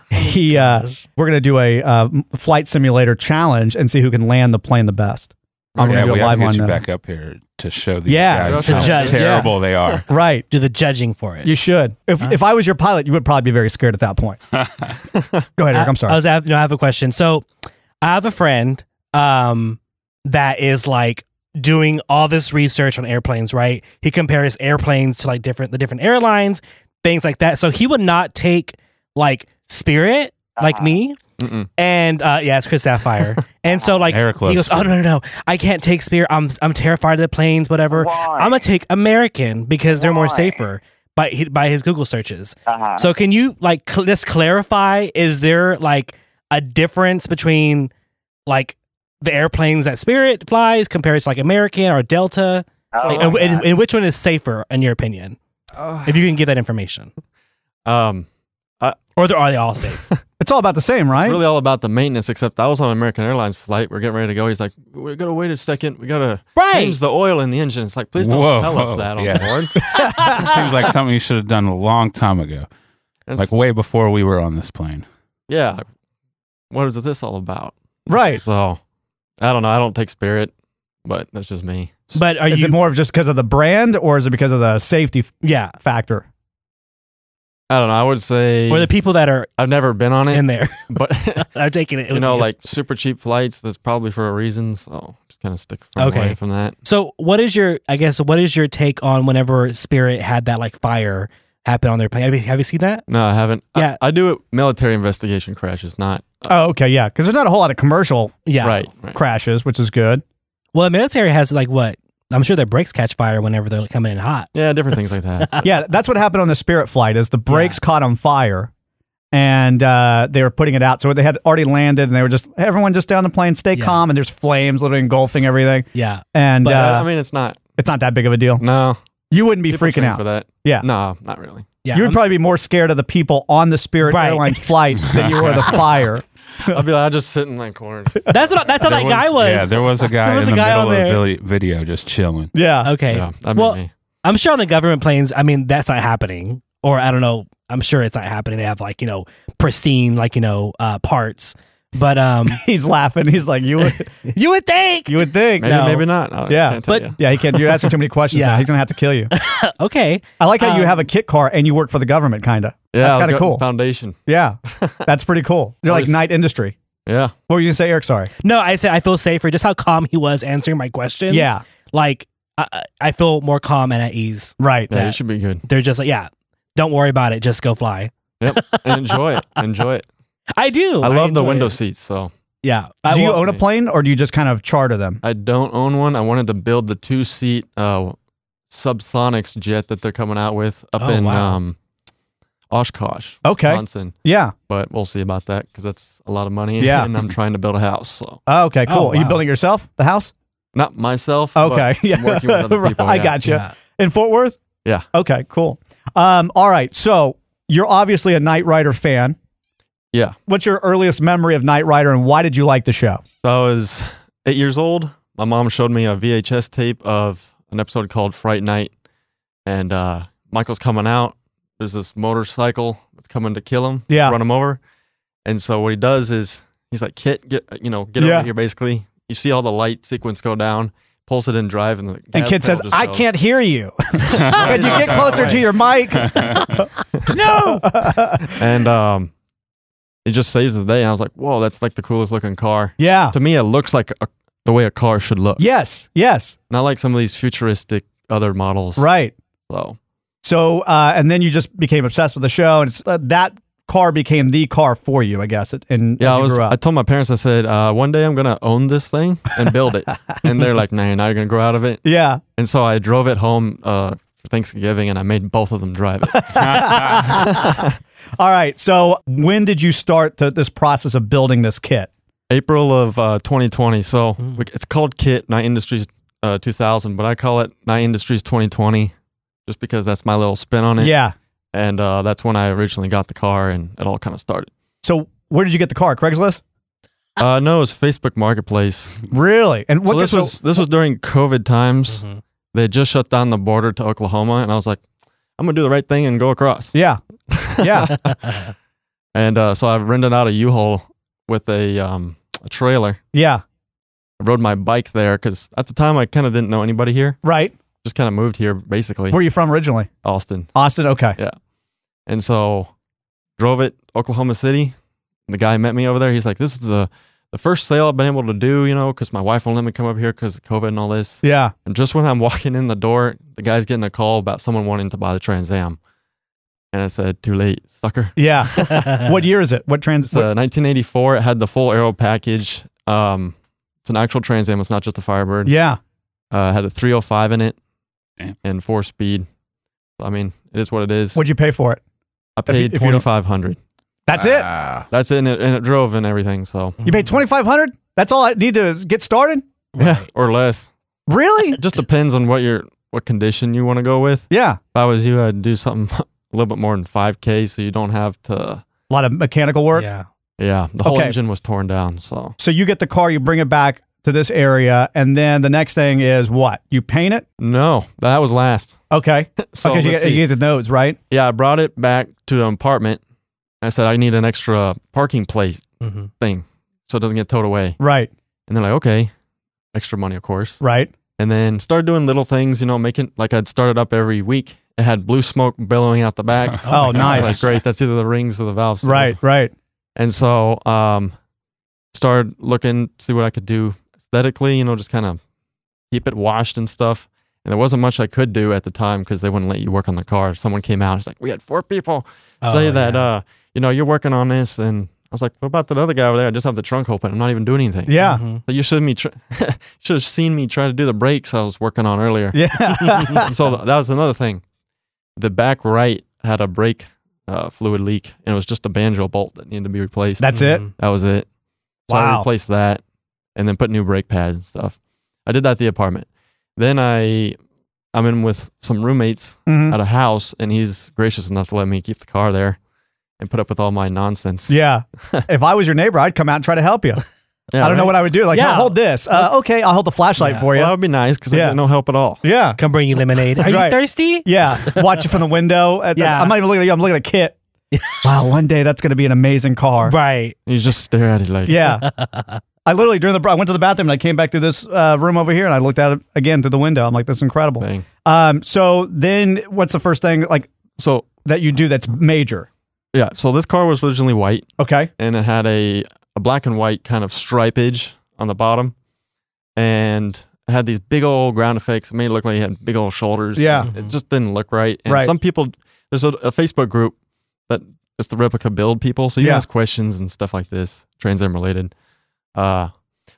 [SPEAKER 4] he, uh, we're gonna do a uh, m- flight simulator challenge and see who can land the plane the best. I'm
[SPEAKER 6] yeah,
[SPEAKER 4] gonna do
[SPEAKER 6] we
[SPEAKER 4] it
[SPEAKER 6] have
[SPEAKER 4] live
[SPEAKER 6] to get
[SPEAKER 4] on
[SPEAKER 6] you
[SPEAKER 4] uh,
[SPEAKER 6] back up here to show these
[SPEAKER 4] Yeah,
[SPEAKER 6] guys
[SPEAKER 4] To
[SPEAKER 6] how
[SPEAKER 4] judge.
[SPEAKER 6] terrible
[SPEAKER 4] Yeah.
[SPEAKER 6] they are.
[SPEAKER 4] right.
[SPEAKER 5] Do the judging for it.
[SPEAKER 4] You should. If, if I was your pilot, you would probably be very scared at that point. Go ahead, Eric. I'm sorry.
[SPEAKER 5] I was av- no, I have a question. So I have a friend um that is like doing all this research on airplanes, right? He compares airplanes to like different the different airlines, things like that. So he would not take like Spirit like me. And uh, yeah, it's Chris Sapphire. and so like
[SPEAKER 6] Eric
[SPEAKER 5] he
[SPEAKER 6] loves
[SPEAKER 5] goes, oh no no no, I can't take Spirit. I'm I'm terrified of the planes, whatever. I'm gonna take American because they're more safer by hi- by his Google searches.
[SPEAKER 2] Uh-huh.
[SPEAKER 5] So can you like cl- just clarify? Is there like a difference between like the airplanes that Spirit flies compared to like American or Delta?
[SPEAKER 2] Oh,
[SPEAKER 5] Like, and, and-
[SPEAKER 2] yeah.
[SPEAKER 5] and which one is safer in your opinion? if you can give that information,
[SPEAKER 7] Um,
[SPEAKER 5] or they're- are they all safe?
[SPEAKER 4] It's all about the same, right?
[SPEAKER 7] It's really all about the maintenance, except I was on an American Airlines flight. We're getting ready to go. He's like, we got to wait a second. We got to
[SPEAKER 5] Right.
[SPEAKER 7] change the oil in the engine. It's like, please don't
[SPEAKER 6] Whoa,
[SPEAKER 7] tell us
[SPEAKER 6] whoa,
[SPEAKER 7] that on
[SPEAKER 6] yeah.
[SPEAKER 7] board.
[SPEAKER 6] Seems like something you should have done a long time ago, like way before we were on this plane.
[SPEAKER 7] yeah. What is this all about?
[SPEAKER 4] Right.
[SPEAKER 7] So I don't know. I don't take spirit, but that's just me.
[SPEAKER 5] But are
[SPEAKER 4] is
[SPEAKER 5] you-
[SPEAKER 4] it more of just because of the brand, or is it because of the safety f-
[SPEAKER 5] yeah.
[SPEAKER 4] factor?
[SPEAKER 7] I don't know. I would say.
[SPEAKER 5] Or the people that are
[SPEAKER 7] I've never been on it.
[SPEAKER 5] in there,
[SPEAKER 7] but
[SPEAKER 5] I'm taking it.
[SPEAKER 7] You
[SPEAKER 5] with
[SPEAKER 7] know,
[SPEAKER 5] you.
[SPEAKER 7] like super cheap flights, that's probably for a reason. So just kind of stick from
[SPEAKER 5] Okay.
[SPEAKER 7] away from that.
[SPEAKER 5] So, what is your? I guess what is your take on whenever Spirit had that like fire happen on their plane? Have you, have you seen that?
[SPEAKER 7] No, I haven't. I-
[SPEAKER 5] Yeah.
[SPEAKER 7] I, do it military investigation crashes, not.
[SPEAKER 4] Oh, okay, yeah, because there's not a whole lot of commercial
[SPEAKER 5] Yeah.
[SPEAKER 7] Right, right.
[SPEAKER 4] crashes, which is good.
[SPEAKER 5] Well, the military has like what? I'm sure their brakes catch fire whenever they're like, coming in hot.
[SPEAKER 7] Yeah, different things like
[SPEAKER 5] Uh,
[SPEAKER 7] that.
[SPEAKER 4] yeah, that's what happened on the Spirit flight. Is the brakes caught on fire, and uh, they were putting it out. So they had already landed, and they were just everyone just down the plane, stay calm, and there's flames literally engulfing everything.
[SPEAKER 5] Yeah,
[SPEAKER 4] and
[SPEAKER 7] But,
[SPEAKER 4] uh,
[SPEAKER 5] um,
[SPEAKER 7] I mean, it's not.
[SPEAKER 4] it's not that big of a deal.
[SPEAKER 7] No,
[SPEAKER 4] you wouldn't be
[SPEAKER 7] people
[SPEAKER 4] freaking
[SPEAKER 7] train
[SPEAKER 4] out
[SPEAKER 7] for that.
[SPEAKER 4] Yeah,
[SPEAKER 7] No, not really.
[SPEAKER 4] you would probably be more scared of the people on the Spirit
[SPEAKER 5] um, Right.
[SPEAKER 4] Airlines flight than you were the fire.
[SPEAKER 7] I'll be like, I'll just sit in that corner.
[SPEAKER 5] That's what. That's how that
[SPEAKER 6] There
[SPEAKER 5] guy was.
[SPEAKER 6] Yeah, there was a guy
[SPEAKER 5] There was
[SPEAKER 6] in
[SPEAKER 5] a
[SPEAKER 6] the
[SPEAKER 5] guy
[SPEAKER 6] middle
[SPEAKER 5] on there.
[SPEAKER 6] of the vi- video just chilling.
[SPEAKER 4] Yeah.
[SPEAKER 5] Okay.
[SPEAKER 6] Yeah, that'd be
[SPEAKER 5] well,
[SPEAKER 6] me.
[SPEAKER 5] I'm sure on the government planes. I mean, that's not happening. Or I don't know. I'm sure it's not happening. They have like you know pristine like you know uh, parts. But um,
[SPEAKER 4] He's laughing. He's like, you would,
[SPEAKER 5] you would think,
[SPEAKER 4] you would think,
[SPEAKER 5] Maybe, No. maybe
[SPEAKER 7] not. I
[SPEAKER 4] yeah,
[SPEAKER 7] can't tell But- ya.
[SPEAKER 4] yeah, he can't. You're asking too many questions
[SPEAKER 5] Yeah.
[SPEAKER 4] now. He's gonna have to kill you.
[SPEAKER 5] okay.
[SPEAKER 4] I like
[SPEAKER 7] Um,
[SPEAKER 4] how you have a kit car and you work for the government, kind of.
[SPEAKER 7] Yeah,
[SPEAKER 4] that's
[SPEAKER 7] I'll
[SPEAKER 4] kind
[SPEAKER 7] go-
[SPEAKER 4] of cool.
[SPEAKER 7] Foundation.
[SPEAKER 4] Yeah, that's pretty cool. You're like
[SPEAKER 7] Nice.
[SPEAKER 4] night industry.
[SPEAKER 7] Yeah.
[SPEAKER 4] What were you gonna say, Eric? Sorry.
[SPEAKER 5] No, I said I feel safer. Just how calm he was answering my questions.
[SPEAKER 4] Yeah.
[SPEAKER 5] like I- I, I feel more calm and at ease.
[SPEAKER 4] Right.
[SPEAKER 7] Yeah,
[SPEAKER 5] that
[SPEAKER 7] it should be good.
[SPEAKER 5] They're just like, yeah, don't worry about it. Just go fly.
[SPEAKER 7] Yep. And enjoy it. Enjoy it.
[SPEAKER 5] I do.
[SPEAKER 7] I love the
[SPEAKER 5] enjoy
[SPEAKER 7] window
[SPEAKER 5] it.
[SPEAKER 7] seats. So
[SPEAKER 5] Yeah.
[SPEAKER 4] Do you
[SPEAKER 7] well-
[SPEAKER 4] own a plane or do you just kind of charter them?
[SPEAKER 7] I don't own one. I wanted to build the two seat uh, subsonics jet that they're coming out with up
[SPEAKER 4] Oh,
[SPEAKER 7] in
[SPEAKER 4] wow.
[SPEAKER 7] um, Oshkosh,
[SPEAKER 4] Okay.
[SPEAKER 7] Wisconsin.
[SPEAKER 4] Yeah.
[SPEAKER 7] but we'll see about that because that's a lot of money.
[SPEAKER 4] Yeah.
[SPEAKER 7] and I'm trying to build a house. So
[SPEAKER 4] Oh, okay, cool.
[SPEAKER 7] Oh,
[SPEAKER 4] Are you
[SPEAKER 7] wow.
[SPEAKER 4] building it yourself, the house?
[SPEAKER 7] not myself. but
[SPEAKER 4] Okay.
[SPEAKER 7] I'm working with other
[SPEAKER 4] Right.
[SPEAKER 7] people.
[SPEAKER 4] I
[SPEAKER 7] yeah.
[SPEAKER 4] got you. In Fort Worth?
[SPEAKER 7] Yeah.
[SPEAKER 4] Okay, cool. Um, all right. So you're obviously a Knight Rider fan.
[SPEAKER 7] Yeah.
[SPEAKER 4] What's your earliest memory of Knight Rider and why did you like the show?
[SPEAKER 7] So I was eight years old. My mom showed me a VHS tape of an episode called Fright Night, and uh, Michael's coming out. There's this motorcycle that's coming to kill him,
[SPEAKER 4] Yeah.
[SPEAKER 7] run him over. And so what he does is he's like, "Kit, get uh, you know, get
[SPEAKER 4] Yeah.
[SPEAKER 7] over here." Basically, you see all the light sequence go down, pulls it in drive, and the
[SPEAKER 4] And
[SPEAKER 7] gas
[SPEAKER 4] Kid says,
[SPEAKER 7] pedal just
[SPEAKER 4] I
[SPEAKER 7] goes.
[SPEAKER 4] can't hear you. Could you get closer to your mic? no.
[SPEAKER 7] and um, it just saves the day. I was like, "Whoa, that's like the coolest looking car."
[SPEAKER 4] Yeah.
[SPEAKER 7] To me, it looks like a, the way a car should look.
[SPEAKER 4] Yes. Yes.
[SPEAKER 7] Not like some of these futuristic other models.
[SPEAKER 4] Right.
[SPEAKER 7] So
[SPEAKER 4] So, uh, and then you just became obsessed with the show, and it's, uh, that car became the car for you, I guess. it- And as
[SPEAKER 7] yeah, I
[SPEAKER 4] you
[SPEAKER 7] was.
[SPEAKER 4] grew up.
[SPEAKER 7] I told my parents, I said, uh, "One day I'm gonna own this thing and build it." and they're like, "No, you're not gonna grow out of it."
[SPEAKER 4] Yeah.
[SPEAKER 7] And so I drove it home uh, for Thanksgiving, and I made both of them drive it.
[SPEAKER 4] All right. So, when did you start the, this process of building this kit?
[SPEAKER 7] April of uh, 2020. So
[SPEAKER 4] Hmm.
[SPEAKER 7] we, it's called Kit Night Industries uh, 2000, but I call it Night Industries 2020, just because that's my little spin on it.
[SPEAKER 4] Yeah.
[SPEAKER 7] And uh, that's when I originally got the car, and it all kind of started.
[SPEAKER 4] So, where did you get the car? Craigslist?
[SPEAKER 7] Uh, no, it was Facebook Marketplace.
[SPEAKER 4] Really? And what
[SPEAKER 7] so this
[SPEAKER 4] so- Mm-hmm.
[SPEAKER 7] was this was during COVID times. They had just shut down the border to Oklahoma, and I was like, I'm gonna do the right thing and go across.
[SPEAKER 4] Yeah, yeah.
[SPEAKER 7] and uh, so I rented out a U-Haul with a um, a trailer.
[SPEAKER 4] Yeah.
[SPEAKER 7] I rode my bike there because at the time I kind of didn't know anybody here.
[SPEAKER 4] Right.
[SPEAKER 7] Just kind of moved here basically.
[SPEAKER 4] Where are you from originally?
[SPEAKER 7] Austin.
[SPEAKER 4] Austin. Okay.
[SPEAKER 7] Yeah. And so drove it Oklahoma City. The guy met me over there. He's like, "This is the the first sale I've been able to do, you know, because my wife won't let me come up here because of COVID and all this."
[SPEAKER 4] Yeah.
[SPEAKER 7] And just when I'm walking in the door, the guy's getting a call about someone wanting to buy the Trans Am, and I said, "Too late, sucker."
[SPEAKER 4] Yeah. what year is it? What trans?
[SPEAKER 7] It's a 1984. It had the full aero package. Um, it's an actual Trans Am. It's not just a Firebird.
[SPEAKER 4] Yeah.
[SPEAKER 7] Uh, it had a 305 in it and four speed. I mean, it is what it is.
[SPEAKER 4] What'd you pay for it?
[SPEAKER 7] I
[SPEAKER 4] If you-
[SPEAKER 7] paid
[SPEAKER 4] if you don't-
[SPEAKER 7] 2500
[SPEAKER 4] That's
[SPEAKER 7] it. That's it and, it, and it drove and everything. So
[SPEAKER 4] You paid twenty five hundred. That's all I need to get started.
[SPEAKER 7] yeah, or less.
[SPEAKER 4] Really?
[SPEAKER 7] It just depends on what your what condition you want to go with.
[SPEAKER 4] Yeah.
[SPEAKER 7] If I was you, I'd do something a little bit more than 5K, so you don't have to.
[SPEAKER 4] A lot of mechanical work.
[SPEAKER 5] Yeah.
[SPEAKER 7] Yeah, the whole
[SPEAKER 4] Okay.
[SPEAKER 7] engine was torn down. So
[SPEAKER 4] So you get the car, you bring it back to this area, and then the next thing is what? You paint it?
[SPEAKER 7] no, that was last.
[SPEAKER 4] Okay.
[SPEAKER 7] So
[SPEAKER 4] okay, so you,
[SPEAKER 7] let's
[SPEAKER 4] get, you
[SPEAKER 7] see.
[SPEAKER 4] get the notes, right?
[SPEAKER 7] Yeah, I brought it back to the apartment. I said I need an extra parking place
[SPEAKER 5] Mhm.
[SPEAKER 7] thing, so it doesn't get towed away.
[SPEAKER 4] Right.
[SPEAKER 7] And they're like, okay, extra money, of course.
[SPEAKER 4] Right.
[SPEAKER 7] And then started doing little things, you know, making like I'd start it up every week. It had blue smoke billowing out the back.
[SPEAKER 4] Oh,
[SPEAKER 7] I'm
[SPEAKER 4] nice.
[SPEAKER 7] Like, great. That's either the rings or the valves.
[SPEAKER 4] Right, right.
[SPEAKER 7] And so, um, started looking, see what I could do aesthetically, you know, just kind of keep it washed and stuff. And there wasn't much I could do at the time because they wouldn't let you work on the car. If someone came out, it's like, we had four people say
[SPEAKER 5] Oh,
[SPEAKER 7] that, uh, you know, you're working on this. And I was like, what about that other guy over there? I just have the trunk open. I'm not even doing anything.
[SPEAKER 4] Yeah.
[SPEAKER 7] But you should me tr- should have seen me try to do the brakes I was working on earlier.
[SPEAKER 4] Yeah.
[SPEAKER 7] so th- that was another thing. The back right had a brake uh, fluid leak, and it was just a banjo bolt that needed to be replaced.
[SPEAKER 4] That's it? Mhm.
[SPEAKER 7] That was it. So I
[SPEAKER 4] Wow.
[SPEAKER 7] replaced that, and then put new brake pads and stuff. I did that at the apartment. Then I I'm in with some roommates
[SPEAKER 4] Mhm.
[SPEAKER 7] at a house, and he's gracious enough to let me keep the car there and put up with all my nonsense.
[SPEAKER 4] Yeah. if I was your neighbor, I'd come out and try to help you.
[SPEAKER 7] Yeah,
[SPEAKER 4] I don't know
[SPEAKER 7] right?
[SPEAKER 4] what I would do. Like,
[SPEAKER 7] Yeah.
[SPEAKER 4] hold this. Uh, okay, I'll hold the flashlight for you.
[SPEAKER 7] Well, that would be nice because
[SPEAKER 4] Yeah.
[SPEAKER 7] I get no help at all.
[SPEAKER 4] Yeah.
[SPEAKER 5] Come bring you lemonade. Are you thirsty?
[SPEAKER 4] Yeah. Watch it from the window. At-
[SPEAKER 5] Yeah.
[SPEAKER 4] I'm not even looking at you. I'm looking at Kit. wow, one day that's going to be an amazing car.
[SPEAKER 5] Right.
[SPEAKER 7] You just stare at it like
[SPEAKER 4] Yeah. I literally during the br- I went to the bathroom and I came back to this uh, room over here and I looked at it again through the window. I'm like, that's incredible. Um, so then what's the first thing like
[SPEAKER 7] so
[SPEAKER 4] that you do that's major?
[SPEAKER 7] Yeah. So this car was originally white.
[SPEAKER 4] Okay.
[SPEAKER 7] And it had a, a black and white kind of stripage on the bottom. And it had these big old ground effects. It made it look like it had big old shoulders.
[SPEAKER 4] Yeah.
[SPEAKER 7] It just didn't look right. And
[SPEAKER 4] Right.
[SPEAKER 7] some people, there's a, a Facebook group that it's the replica build people. So you
[SPEAKER 4] Yeah.
[SPEAKER 7] ask questions and stuff like this, Trans Am related. Uh,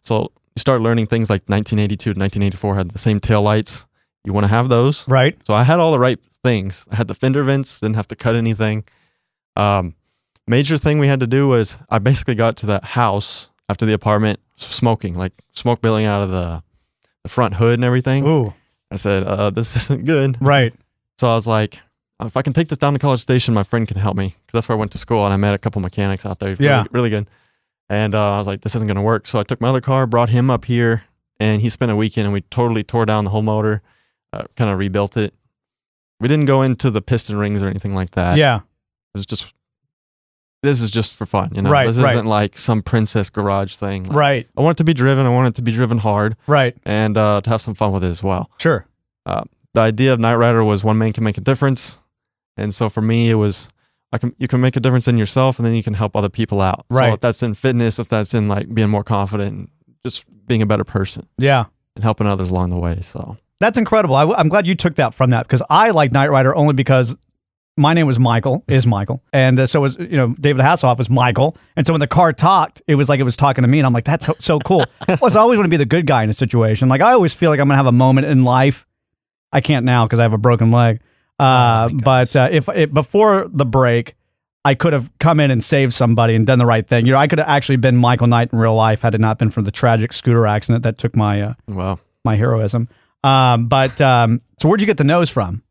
[SPEAKER 7] so you start learning things like 1982 to 1984 had the same taillights. You want to have those,
[SPEAKER 4] right?
[SPEAKER 7] So I had all the right things. I had the fender vents, didn't have to cut anything. Um, major thing we had to do was I basically got to the house after the apartment smoking, like smoke billowing out of the the front hood and everything.
[SPEAKER 4] Ooh.
[SPEAKER 7] I said, uh, this isn't good.
[SPEAKER 4] Right.
[SPEAKER 7] So I was like, if I can take this down to College Station, my friend can help me. Cause that's where I went to school and I met a couple mechanics out there. Really-
[SPEAKER 4] Yeah.
[SPEAKER 7] Really, good. And uh, I was like, this isn't going to work. So I took my other car, brought him up here and he spent a weekend and we totally tore down the whole motor, uh, kind of rebuilt it. We didn't go into the piston rings or anything like that.
[SPEAKER 4] Yeah.
[SPEAKER 7] It was just, this is just for fun. You know,
[SPEAKER 4] Right,
[SPEAKER 7] this
[SPEAKER 4] right.
[SPEAKER 7] isn't like some princess garage thing. Like,
[SPEAKER 4] Right.
[SPEAKER 7] I want it to be driven. I want it to be driven hard.
[SPEAKER 4] Right.
[SPEAKER 7] And uh, to have some fun with it as well.
[SPEAKER 4] Sure.
[SPEAKER 7] Uh, the idea of Knight Rider was one man can make a difference. And so for me, it was I can you can make a difference in yourself, and then you can help other people out.
[SPEAKER 4] Right.
[SPEAKER 7] So if that's in fitness, if that's in like being more confident, and just being a better person.
[SPEAKER 4] Yeah.
[SPEAKER 7] And helping others along the way. So
[SPEAKER 4] That's incredible. I, am glad you took that from that because I like Knight Rider only because my name was Michael, is Michael. And uh, so was, you know, David Hasselhoff was Michael. And so when the car talked, it was like it was talking to me. And I'm like, that's so, so cool. Plus, I always want to be the good guy in a situation. Like, I always feel like I'm going to have a moment in life. I can't now because I have a broken leg. Uh, but uh, if it, before the break, I could have come in and saved somebody and done the right thing. You know, I could have actually been Michael Knight in real life had it not been for the tragic scooter accident that took my uh,
[SPEAKER 7] wow.
[SPEAKER 4] my heroism. Um, but um, so where'd you get the nose from?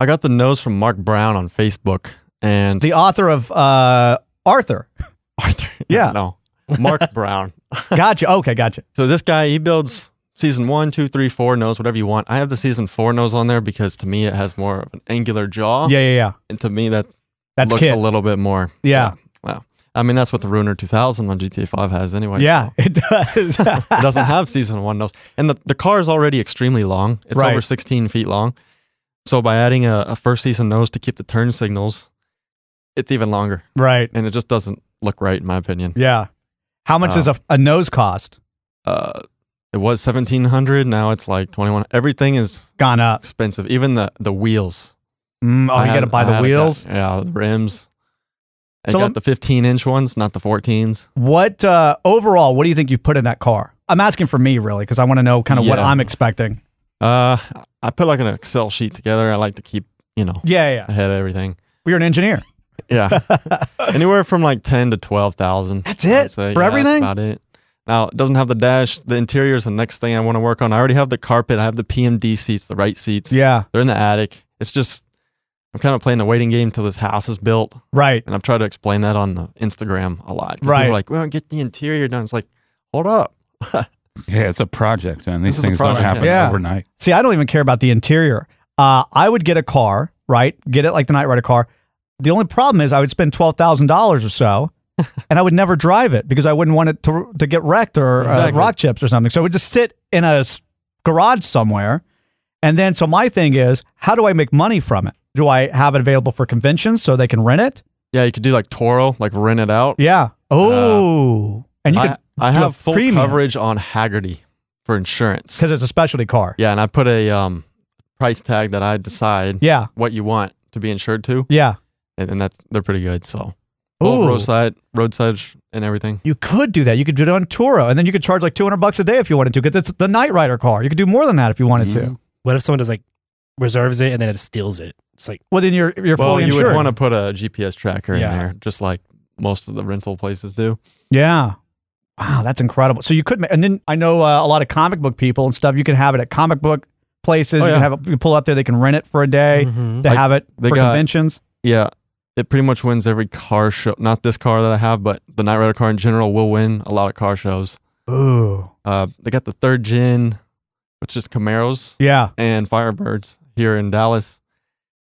[SPEAKER 7] I got the nose from Mark Brown on Facebook and
[SPEAKER 4] the author of uh, Arthur.
[SPEAKER 7] Arthur.
[SPEAKER 4] Yeah.
[SPEAKER 7] No. Mark Brown.
[SPEAKER 4] gotcha. Okay, gotcha.
[SPEAKER 7] So this guy, he builds season one, two, three, four nose, whatever you want. I have the season four nose on there because to me it has more of an angular jaw.
[SPEAKER 4] Yeah, yeah, yeah.
[SPEAKER 7] And to me that
[SPEAKER 4] That's
[SPEAKER 7] looks
[SPEAKER 4] Kit.
[SPEAKER 7] a little bit more.
[SPEAKER 4] Yeah.
[SPEAKER 7] Wow. I mean that's what the Ruiner 2000 on GTA 5 has anyway.
[SPEAKER 4] Yeah,
[SPEAKER 7] so
[SPEAKER 4] it does.
[SPEAKER 7] it doesn't have season one nose, and the the car is already extremely long. It's
[SPEAKER 4] Right.
[SPEAKER 7] over 16 feet long. So by adding a, a first season nose to keep the turn signals, it's even longer.
[SPEAKER 4] Right.
[SPEAKER 7] And it just doesn't look right in my opinion.
[SPEAKER 4] Yeah. How much does a, a nose cost?
[SPEAKER 7] uh it was 1700 now it's like 21 everything is
[SPEAKER 4] gone up
[SPEAKER 7] expensive even the the wheels
[SPEAKER 4] Mm, oh,
[SPEAKER 7] I
[SPEAKER 4] you
[SPEAKER 7] had-
[SPEAKER 4] gotta buy
[SPEAKER 7] I
[SPEAKER 4] the
[SPEAKER 7] had a-
[SPEAKER 4] wheels?
[SPEAKER 7] yeah the rims i
[SPEAKER 4] So
[SPEAKER 7] got
[SPEAKER 4] lem-
[SPEAKER 7] the 15 inch ones not the 14s
[SPEAKER 4] What uh, overall? What do you think you put in that car? I'm asking for me really because I want to know kind of what
[SPEAKER 7] Yeah.
[SPEAKER 4] I'm expecting.
[SPEAKER 7] uh i put like an excel sheet together i like to keep you know
[SPEAKER 4] Yeah, yeah.
[SPEAKER 7] ahead of everything
[SPEAKER 4] You're an engineer.
[SPEAKER 7] yeah anywhere from like 10 to 12000
[SPEAKER 4] that's it For everything?
[SPEAKER 7] about it now it doesn't have the dash the interior is the next thing i want to work on i already have the carpet i have the pmd seats the right seats
[SPEAKER 4] Yeah.
[SPEAKER 7] they're in the attic it's just i'm kind of playing the waiting game till this house is built
[SPEAKER 4] right
[SPEAKER 7] and i've tried to explain that on the instagram a lot 'Cause people are
[SPEAKER 6] Right.
[SPEAKER 7] like well get the interior done it's like hold up
[SPEAKER 6] Yeah, it's a project, and
[SPEAKER 7] This
[SPEAKER 6] these
[SPEAKER 7] is a
[SPEAKER 6] things don't
[SPEAKER 7] project,
[SPEAKER 6] happen
[SPEAKER 7] yeah.
[SPEAKER 6] overnight.
[SPEAKER 4] See, I don't even care about the interior. Uh, I would get a car, right? Get it like the Knight Rider car. The only problem is I would spend twelve thousand dollars or so, and I would never drive it because I wouldn't want it to to get wrecked or uh,
[SPEAKER 7] Exactly.
[SPEAKER 4] rock chips or something. So it would just sit in a s- garage somewhere. And then, so my thing is, how do I make money from it? Do I have it available for conventions so they can rent it?
[SPEAKER 7] yeah you could do like toro like rent it out
[SPEAKER 4] Yeah. Oh, and you
[SPEAKER 7] Uh, I,
[SPEAKER 4] could.
[SPEAKER 7] I
[SPEAKER 4] do a
[SPEAKER 7] have full
[SPEAKER 4] premium.
[SPEAKER 7] coverage on haggerty for insurance because
[SPEAKER 4] it's a specialty car
[SPEAKER 7] yeah and i put a um price tag that i decide
[SPEAKER 4] Yeah.
[SPEAKER 7] what you want to be insured to
[SPEAKER 4] Yeah.
[SPEAKER 7] and, and that's they're pretty good so Full
[SPEAKER 4] Ooh.
[SPEAKER 7] roadside roadside sh- and everything
[SPEAKER 4] You could do that. You could do it on Turo, and then you could charge like two hundred bucks a day if you wanted to. Because it's the Knight Rider car. You could do more than that if you wanted
[SPEAKER 7] Mm-hmm.
[SPEAKER 4] to.
[SPEAKER 5] What if someone does like reserves it and then it steals it? It's like
[SPEAKER 4] Well, then you're you're
[SPEAKER 7] well
[SPEAKER 4] fully
[SPEAKER 7] you
[SPEAKER 4] insured.
[SPEAKER 7] would want to put a gps tracker
[SPEAKER 4] Yeah.
[SPEAKER 7] in there just like most of the rental places do
[SPEAKER 4] Yeah. Wow, that's incredible. So you could, ma- and then I know uh, a lot of comic book people and stuff. You can have it at comic book places.
[SPEAKER 7] Oh,
[SPEAKER 4] You
[SPEAKER 7] yeah. Mm-hmm.
[SPEAKER 4] can have it, you pull up there. They can rent it for a day.
[SPEAKER 5] mm-hmm.
[SPEAKER 4] They
[SPEAKER 7] Like,
[SPEAKER 4] have it
[SPEAKER 7] they
[SPEAKER 4] for
[SPEAKER 7] got-
[SPEAKER 4] conventions.
[SPEAKER 7] Yeah. It pretty much wins every car show. Not this car that I have, but the Knight Rider car in general will win a lot of car shows.
[SPEAKER 4] Ooh.
[SPEAKER 7] Uh, they got the third gen, which is Camaros.
[SPEAKER 4] Yeah.
[SPEAKER 7] And Firebirds here in Dallas.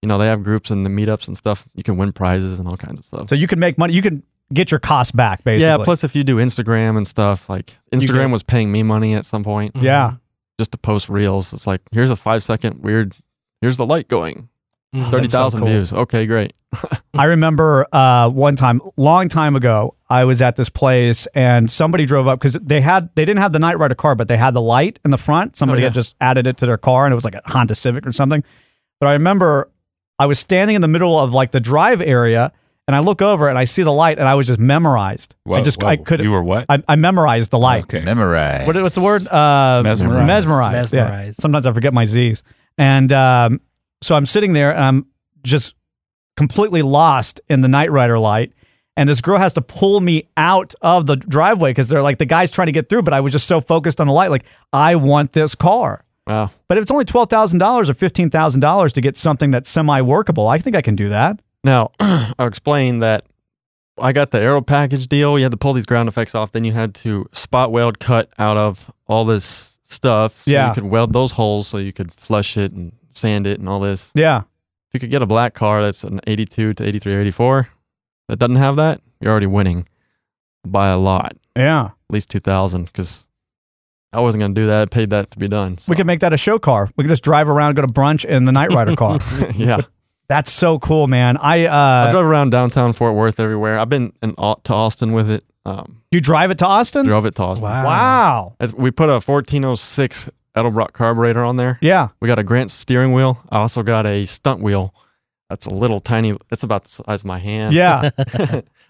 [SPEAKER 7] You know, they have groups and the meetups and stuff. You can win prizes and all kinds of stuff.
[SPEAKER 4] So you can make money. You can get your costs back, basically.
[SPEAKER 7] yeah. Plus, if you do Instagram and stuff, like
[SPEAKER 4] You
[SPEAKER 7] Instagram
[SPEAKER 4] get- Mm-hmm.
[SPEAKER 7] was paying me money at some point.
[SPEAKER 4] Yeah.
[SPEAKER 7] Just to post reels. It's like, here's a five second weird, here's the light going.
[SPEAKER 4] Mm-hmm.
[SPEAKER 5] Mhm. That's so
[SPEAKER 7] 30,000
[SPEAKER 5] cool.
[SPEAKER 7] views. Okay, great.
[SPEAKER 4] I remember uh, one time, long time ago, I was at this place and somebody drove up because they had they didn't have the Night Rider car, but they had the light in the front. Somebody
[SPEAKER 6] Oh,
[SPEAKER 14] yeah.
[SPEAKER 4] had just added it to their car, and it was like a Honda Civic or something. But I remember I was standing in the middle of like the drive area, and I look over and I see the light, and I was just memorized. I
[SPEAKER 6] Whoa,
[SPEAKER 4] just
[SPEAKER 6] whoa.
[SPEAKER 4] I could
[SPEAKER 6] You were what?
[SPEAKER 4] I, I memorized the light.
[SPEAKER 6] Okay.
[SPEAKER 4] Memorized. What, what's the word? Uh,
[SPEAKER 6] Mesmerized.
[SPEAKER 4] Mesmerized. yeah.
[SPEAKER 6] Mesmerized.
[SPEAKER 4] Sometimes I forget my Z's. And um, so I'm sitting there and I'm just completely lost in the Knight Rider light. And this girl has to pull me out of the driveway because they're like, the guy's trying to get through, but I was just so focused on the light. Like, I want this car.
[SPEAKER 7] Wow.
[SPEAKER 4] But if it's only $12,000 or $15,000 to get something that's semi workable, I think I can do that.
[SPEAKER 7] Now, I'll explain that I got the aero package deal. You had to pull these ground effects off. Then you had to spot weld cut out of all this stuff. So
[SPEAKER 4] Yeah.
[SPEAKER 7] You could weld those holes so you could flush it and sand it and all this.
[SPEAKER 4] Yeah.
[SPEAKER 7] If you could get a black car that's an 82 to 83 84 that doesn't have that, you're already winning by a lot.
[SPEAKER 4] Yeah. At
[SPEAKER 7] least 2,000 because I wasn't going to do that. I paid that to be done.
[SPEAKER 4] We could make that a show car. We could just drive around, go to brunch in the Knight Rider car. Uh,
[SPEAKER 7] yeah.
[SPEAKER 4] That's so cool, man. I
[SPEAKER 7] I
[SPEAKER 4] uh
[SPEAKER 7] drove around downtown Fort Worth everywhere. I've been in, Au- to Austin with it. Um,
[SPEAKER 4] you drive it to Austin?
[SPEAKER 7] Drove it to Austin.
[SPEAKER 4] Wow. Wow.
[SPEAKER 7] It's- we put a 1406 Edelbrock carburetor on there.
[SPEAKER 4] Yeah.
[SPEAKER 7] We got a Grant steering wheel. I also got a stunt wheel. That's a little tiny. It's about the size of my hand.
[SPEAKER 4] Yeah.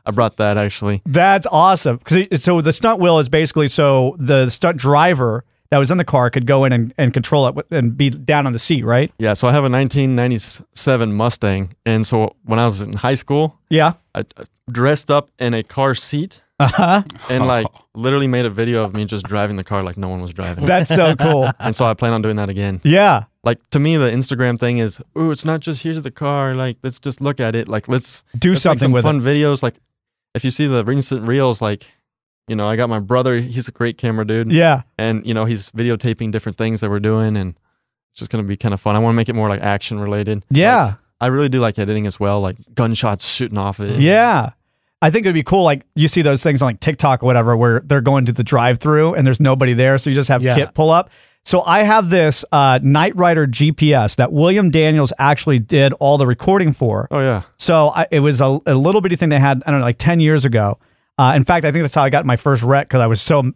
[SPEAKER 7] I brought that actually.
[SPEAKER 4] That's awesome. 'Cause it- so the stunt wheel is basically so the stunt driver that was in the car could go in and, and control it with- and be down on the seat, right?
[SPEAKER 7] Yeah. So I have a 1997 Mustang, and so when I was in high school,
[SPEAKER 4] Yeah.
[SPEAKER 7] I, I dressed up in a car seat.
[SPEAKER 4] Uh-huh.
[SPEAKER 7] and like literally made a video of me just driving the car like no one was driving.
[SPEAKER 4] That's so cool.
[SPEAKER 7] And so I plan on doing that again.
[SPEAKER 4] Yeah.
[SPEAKER 7] Like to me, the Instagram thing is, ooh, it's not just here's the car. Like let's just look at it. Like let's
[SPEAKER 4] Do
[SPEAKER 7] let's make
[SPEAKER 4] something
[SPEAKER 7] some
[SPEAKER 4] with
[SPEAKER 7] fun videos. Like if you see the recent reels, like you know, I got my brother. He's a great camera dude.
[SPEAKER 4] Yeah.
[SPEAKER 7] And you know, he's videotaping different things that we're doing, and it's just gonna be kind of fun. I want to make it more like action related.
[SPEAKER 4] Yeah.
[SPEAKER 7] I really do like editing as well, like gunshots shooting off it.
[SPEAKER 4] Yeah. I think it'd be cool. Like you see those things on like TikTok or whatever, where they're going to the drive-through and there's nobody there, so you just have
[SPEAKER 5] Yeah.
[SPEAKER 4] Kit pull up. So I have this uh, Knight Rider GPS that William Daniels actually did all the recording for.
[SPEAKER 7] Oh yeah.
[SPEAKER 4] So I, it was a, a little bitty thing they had. I don't know, like ten years ago. Uh, in fact, I think that's how I got my first wreck because I was so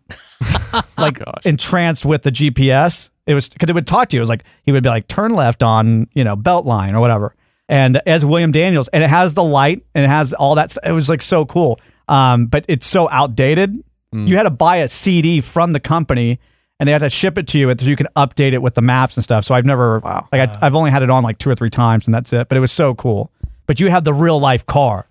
[SPEAKER 4] like entranced with the GPS. It was because it would talk to you. It was like he would be like, turn left on you know Beltline or whatever. And as William Daniels, and it has the light and it has all that. s- It was like so cool, um, but it's so outdated. You had to buy a CD from the company, and they had to ship it to you, and so you can update it with the maps and stuff. So I've never like I, I've only had it on like two or three times, and that's it. But it was so cool. But you have the real life car.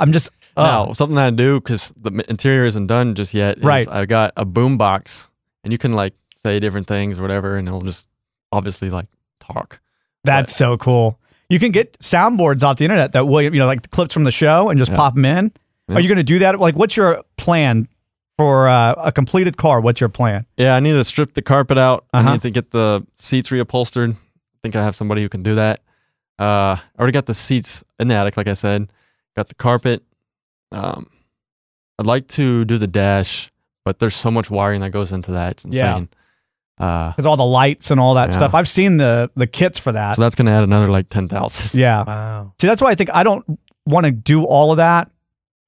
[SPEAKER 4] I'm just oh.
[SPEAKER 7] Now, something that I do because the m- interior isn't done just yet. Is
[SPEAKER 4] Right.
[SPEAKER 7] I got a boom box, and you can like say different things or whatever, and it'll just obviously like talk.
[SPEAKER 4] That's so cool. You can get soundboards off the internet that William, you know, like the clips from the show and just pop them in.
[SPEAKER 7] Yeah.
[SPEAKER 4] Are you going to do that? Like, what's your plan for uh, a completed car? What's your plan?
[SPEAKER 7] Yeah, I need to strip the carpet out.
[SPEAKER 4] Uh-huh.
[SPEAKER 7] I need to get the seats reupholstered. I think I have somebody who can do that. Uh, I already got the seats in the attic, like I said. Got the carpet. Um, I'd like to do the dash, but there's so much wiring that goes into that. It's
[SPEAKER 4] Yeah.
[SPEAKER 7] insane. Uh,
[SPEAKER 4] Because all the lights and all that
[SPEAKER 7] Yeah.
[SPEAKER 4] stuff. I've seen the the kits for that.
[SPEAKER 7] so that's going to add another like ten thousand.
[SPEAKER 4] yeah. Wow. See, that's why I think I don't want to do all of that.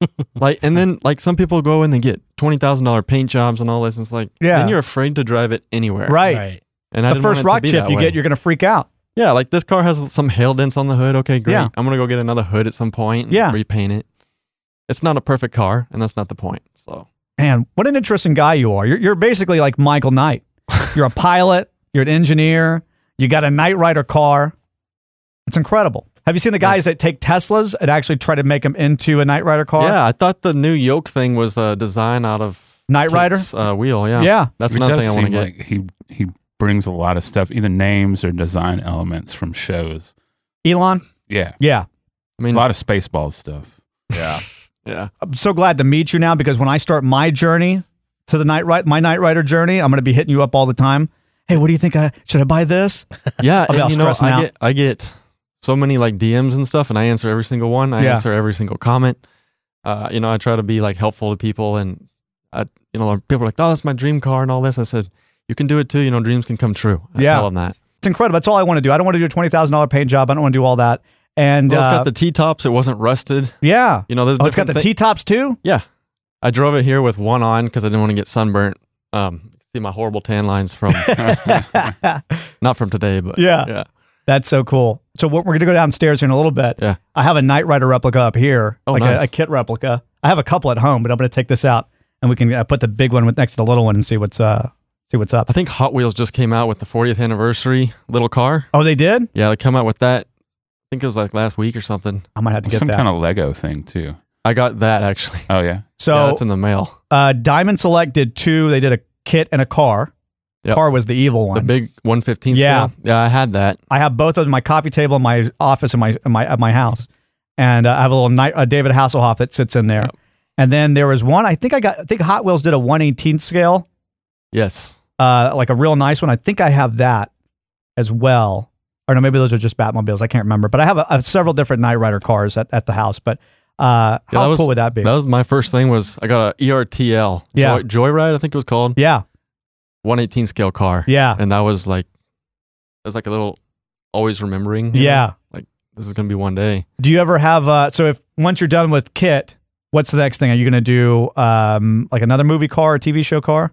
[SPEAKER 7] like and then like some people go and they get twenty thousand dollar paint jobs and all this and it's like
[SPEAKER 4] Yeah.
[SPEAKER 7] then you're afraid to drive it anywhere
[SPEAKER 4] Right. Right.
[SPEAKER 7] and I
[SPEAKER 4] the
[SPEAKER 7] didn't
[SPEAKER 4] first
[SPEAKER 7] want it to
[SPEAKER 4] rock
[SPEAKER 7] be
[SPEAKER 4] chip
[SPEAKER 7] that
[SPEAKER 4] you
[SPEAKER 7] way.
[SPEAKER 4] get, you're going to freak out.
[SPEAKER 7] yeah like this car has some hail dents on the hood okay great
[SPEAKER 4] Yeah.
[SPEAKER 7] I'm gonna go get another hood at some point and
[SPEAKER 4] Yeah.
[SPEAKER 7] repaint it it's not a perfect car and that's not the point so
[SPEAKER 4] Man, what an interesting guy you are. You're, you're basically like Michael Knight. You're a pilot, you're an engineer, you got a Knight Rider car. It's incredible. Have you seen the guys that take Teslas and actually try to make them into a Knight Rider car?
[SPEAKER 7] yeah I thought the new yoke thing was a design out of
[SPEAKER 4] Knight Rider?
[SPEAKER 7] Kit's, uh, wheel yeah
[SPEAKER 4] Yeah.
[SPEAKER 7] that's
[SPEAKER 6] It
[SPEAKER 7] another
[SPEAKER 6] does
[SPEAKER 7] thing I want to
[SPEAKER 6] seem
[SPEAKER 7] get
[SPEAKER 6] Like he he brings a lot of stuff, either names or design elements from shows.
[SPEAKER 4] Elon?
[SPEAKER 6] Yeah,
[SPEAKER 4] Yeah.
[SPEAKER 7] I mean,
[SPEAKER 6] a lot of Spaceballs stuff. Yeah,
[SPEAKER 7] yeah.
[SPEAKER 4] I'm so glad to meet you now because when I start my journey to the Knight Rider, my Knight Rider journey, I'm going to be hitting you up all the time. Hey, what do you think? I should I buy this?
[SPEAKER 7] Yeah,
[SPEAKER 4] I'll be
[SPEAKER 7] and
[SPEAKER 4] all
[SPEAKER 7] you know,
[SPEAKER 4] stressed
[SPEAKER 7] I
[SPEAKER 4] out.
[SPEAKER 7] get I get so many like DMs and stuff, and I answer every single one. I
[SPEAKER 4] Yeah.
[SPEAKER 7] answer every single comment. Uh, you know, I try to be like helpful to people, and I, you know, people are like, "Oh, that's my dream car," and all this. I said, "You can do it too. You know, dreams can come true." I
[SPEAKER 4] Yeah.
[SPEAKER 7] tell them that.
[SPEAKER 4] It's incredible. That's all I want to do. I don't want to do a twenty thousand dollar paint job. I don't want to do all that. And
[SPEAKER 7] well, it's
[SPEAKER 4] uh,
[SPEAKER 7] got the T tops. It wasn't rusted.
[SPEAKER 4] yeah,
[SPEAKER 7] You know, there's
[SPEAKER 4] oh, it's got the
[SPEAKER 7] different
[SPEAKER 4] T
[SPEAKER 7] thi-
[SPEAKER 4] tops too.
[SPEAKER 7] Yeah, I drove it here with one on because I didn't want to get sunburnt. Um, see my horrible tan lines from not from today, but
[SPEAKER 4] Yeah.
[SPEAKER 7] yeah.
[SPEAKER 4] That's so cool. So we're, we're going to go downstairs here in a little bit.
[SPEAKER 7] Yeah.
[SPEAKER 4] I have a Knight Rider replica up here,
[SPEAKER 7] Oh,
[SPEAKER 4] like a,
[SPEAKER 7] nice.
[SPEAKER 4] a kit replica. I have a couple at home, but I'm going to take this out and we can uh, put the big one with next to the little one and see what's uh See what's up.
[SPEAKER 7] I think Hot Wheels just came out with the 40th anniversary little car.
[SPEAKER 4] Oh, they did?
[SPEAKER 7] Yeah, they come out with that. I think it was like last week or something.
[SPEAKER 4] I might have to get
[SPEAKER 6] Some
[SPEAKER 4] that.
[SPEAKER 6] kind of Lego thing too.
[SPEAKER 7] I got that actually.
[SPEAKER 6] Oh yeah.
[SPEAKER 4] So
[SPEAKER 7] it's in the mail.
[SPEAKER 4] Uh, Diamond Select did two. They did a kit and a car. Car was the evil one.
[SPEAKER 7] The big 115
[SPEAKER 4] Yeah.
[SPEAKER 7] scale. Yeah, I had that.
[SPEAKER 4] I have both of my coffee table in my office in my in my at my house, and uh, I have a little night, uh, David Hasselhoff that sits in there. And then there was one. I think I got. I think Hot Wheels did a 118th scale,
[SPEAKER 7] Yes.
[SPEAKER 4] uh, like a real nice one. I think I have that as well. Or no, maybe those are just Batmobiles. I can't remember. But I have a, a several different Knight Rider cars at, at the house. But uh,
[SPEAKER 7] Yeah,
[SPEAKER 4] how
[SPEAKER 7] was,
[SPEAKER 4] cool would that be?
[SPEAKER 7] That was my first thing was I got a E ERTL.
[SPEAKER 4] Yeah.
[SPEAKER 7] Joy, Joyride, I think it was called.
[SPEAKER 4] Yeah.
[SPEAKER 7] 118 scale car.
[SPEAKER 4] Yeah.
[SPEAKER 7] And that was like, it was like a little always remembering. you
[SPEAKER 4] Yeah.
[SPEAKER 7] know? Like this is going to be one day.
[SPEAKER 4] Do you ever have uh so if once you're done with Kit, what's the next thing? Are you gonna do um like another movie car or TV show car?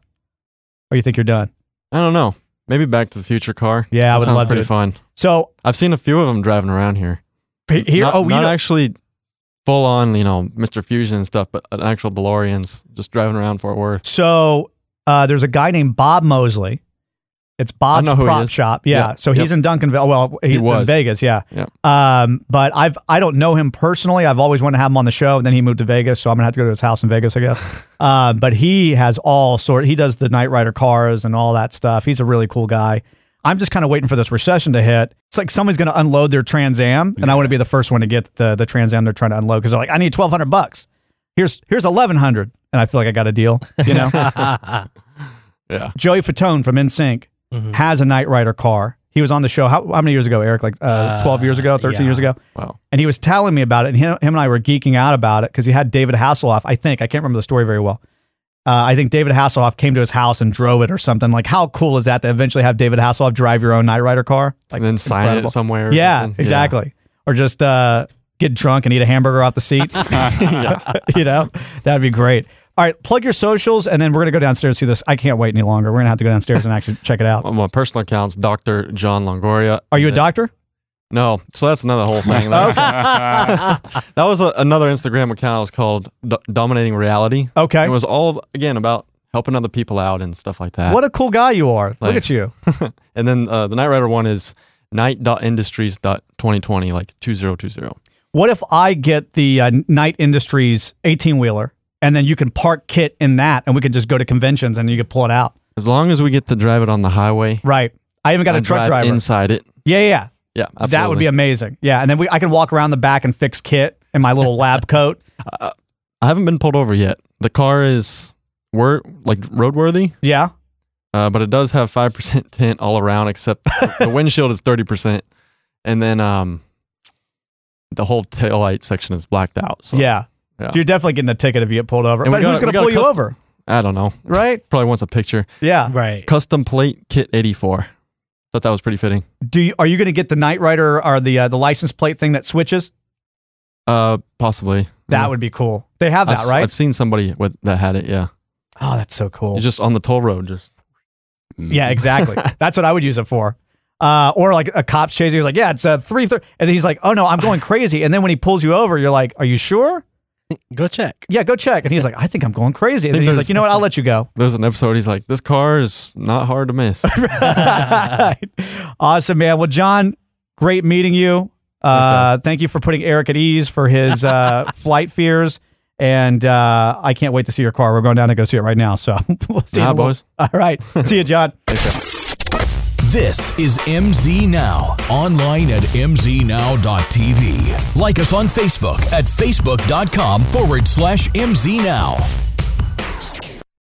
[SPEAKER 4] Or you think you're done?
[SPEAKER 7] I don't know. Maybe Back to the Future car.
[SPEAKER 4] Yeah, I
[SPEAKER 7] That
[SPEAKER 4] would
[SPEAKER 7] sounds
[SPEAKER 4] love to
[SPEAKER 7] pretty
[SPEAKER 4] do it.
[SPEAKER 7] fun.
[SPEAKER 4] So
[SPEAKER 7] I've seen a few of them driving around here.
[SPEAKER 4] H- here-
[SPEAKER 7] not,
[SPEAKER 4] oh, you
[SPEAKER 7] not
[SPEAKER 4] know-
[SPEAKER 7] actually full on, you know, Mr. Fusion and stuff, but an actual DeLoreans just driving around Fort Worth.
[SPEAKER 4] So uh there's a guy named Bob Mosley. It's Bob's
[SPEAKER 7] know who he
[SPEAKER 4] prop
[SPEAKER 7] is.
[SPEAKER 4] shop. Yeah.
[SPEAKER 7] Yeah.
[SPEAKER 4] So he's
[SPEAKER 7] Yep.
[SPEAKER 4] in Duncanville. Well, he's in
[SPEAKER 7] was.
[SPEAKER 4] Vegas, yeah.
[SPEAKER 7] Yep.
[SPEAKER 4] Um, but I've I don't know him personally. I've always wanted to have him on the show, and then he moved to Vegas, so I'm gonna have to go to his house in Vegas, I guess. uh, but he has all sort. He does the Knight Rider cars and all that stuff. He's a really cool guy. I'm just kind of waiting for this recession to hit. It's like somebody's gonna unload their Trans Am, and I want to be the first one to get the the Trans Am they're trying to unload because they're like, I need 1,200 bucks. Here's here's 1,100, and I feel like I got a deal. You know.
[SPEAKER 7] Yeah.
[SPEAKER 4] Joey Fatone from NSYNC has a Knight Rider car. He was on the show how, how many years ago, Eric? Like uh, 12 years ago, 13 years
[SPEAKER 7] yeah.
[SPEAKER 4] ago?
[SPEAKER 7] Wow.
[SPEAKER 4] And he was telling me about it. And him, him and I were geeking out about it because he had David Hasselhoff, I think. I can't remember the story very well. Uh, I think David Hasselhoff came to his house and drove it or something. Like, how cool is that to eventually have David Hasselhoff drive your own Knight Rider car? Like,
[SPEAKER 7] and then sign
[SPEAKER 4] incredible.
[SPEAKER 7] it somewhere. or
[SPEAKER 4] Yeah,
[SPEAKER 7] something.
[SPEAKER 4] exactly. Or just uh, get drunk and eat a hamburger off the seat. you know, that'd be great. All right, plug your socials, and then we're gonna go downstairs and see this. I can't wait any longer. We're gonna have to go downstairs and actually check it out.
[SPEAKER 7] Well, my personal account's Dr. John Longoria.
[SPEAKER 4] Are you a doctor?
[SPEAKER 7] No. So that's another whole thing.
[SPEAKER 4] Okay.
[SPEAKER 7] That's- that was a, another Instagram account. It was called D- Dominating Reality.
[SPEAKER 4] Okay.
[SPEAKER 7] It was all, again, about helping other people out and stuff like that.
[SPEAKER 4] What a cool guy you are! Look
[SPEAKER 7] Thanks.
[SPEAKER 4] at you.
[SPEAKER 7] and then uh, the Knight Rider one is night.industries.2020, like 2020.
[SPEAKER 4] What if I get the uh, Knight Industries eighteen wheeler, and then you can park kit in that, and we could just go to conventions, and you could pull it out.
[SPEAKER 7] As long as we get to drive it on the highway.
[SPEAKER 4] Right. I even got a
[SPEAKER 7] and
[SPEAKER 4] truck
[SPEAKER 7] drive
[SPEAKER 4] driver.
[SPEAKER 7] Inside it.
[SPEAKER 4] Yeah, yeah, yeah.
[SPEAKER 7] Yeah.
[SPEAKER 4] That would be
[SPEAKER 7] absolutely.
[SPEAKER 4] amazing. Yeah, and then we I can walk around the back and fix kit in my little lab coat.
[SPEAKER 7] I haven't been pulled over yet. The car is wor- like roadworthy,
[SPEAKER 4] Yeah.
[SPEAKER 7] uh, but it does have five percent tint all around, except the- the windshield is thirty percent, and then um, the whole taillight section is blacked out. So
[SPEAKER 4] yeah.
[SPEAKER 7] Yeah.
[SPEAKER 4] So you're definitely getting a ticket if you get pulled over.
[SPEAKER 7] And we
[SPEAKER 4] but
[SPEAKER 7] got-
[SPEAKER 4] who's
[SPEAKER 7] we
[SPEAKER 4] going to
[SPEAKER 7] got a
[SPEAKER 4] pull you
[SPEAKER 7] custom-
[SPEAKER 4] over?
[SPEAKER 7] I don't know.
[SPEAKER 4] Right?
[SPEAKER 7] Probably wants a picture.
[SPEAKER 4] Yeah.
[SPEAKER 5] Right.
[SPEAKER 7] Custom plate kit eighty four. Thought that was pretty fitting.
[SPEAKER 4] Do you, are you going to get the Knight Rider or the uh, the license plate thing that switches?
[SPEAKER 7] Uh, possibly.
[SPEAKER 4] That would be cool. They have that,
[SPEAKER 7] I've,
[SPEAKER 4] right?
[SPEAKER 7] I've seen somebody with that had it. Yeah,
[SPEAKER 4] oh, that's so cool.
[SPEAKER 7] just on the toll road. Just
[SPEAKER 4] yeah,
[SPEAKER 7] Mm-hmm.
[SPEAKER 4] exactly. that's what I would use it for. Uh, or like a cop's chasing. He's like, yeah, it's a three, thir-" and he's like, oh no, I'm going crazy. And then when he pulls you over, you're like, are you sure?
[SPEAKER 5] Go check.
[SPEAKER 4] Yeah, go check. And he's like, I think I'm going crazy. And
[SPEAKER 7] Think
[SPEAKER 4] then he's
[SPEAKER 7] there's-
[SPEAKER 4] like, you know what? I'll let you go.
[SPEAKER 7] there's an episode. He's like, this car is not hard to miss.
[SPEAKER 4] Awesome, man. Well, John, great meeting you. Uh, thank you for putting Eric at ease for his uh, flight fears. And uh, I can't wait to see your car. We're going down to go see it right now. So we'll see you.
[SPEAKER 7] Nah,
[SPEAKER 4] in a little-
[SPEAKER 7] boys.
[SPEAKER 4] All right. See you, John.
[SPEAKER 11] This is MZ Now, online at mznow.tv. Like us on Facebook at facebook.com forward slash MZ Now.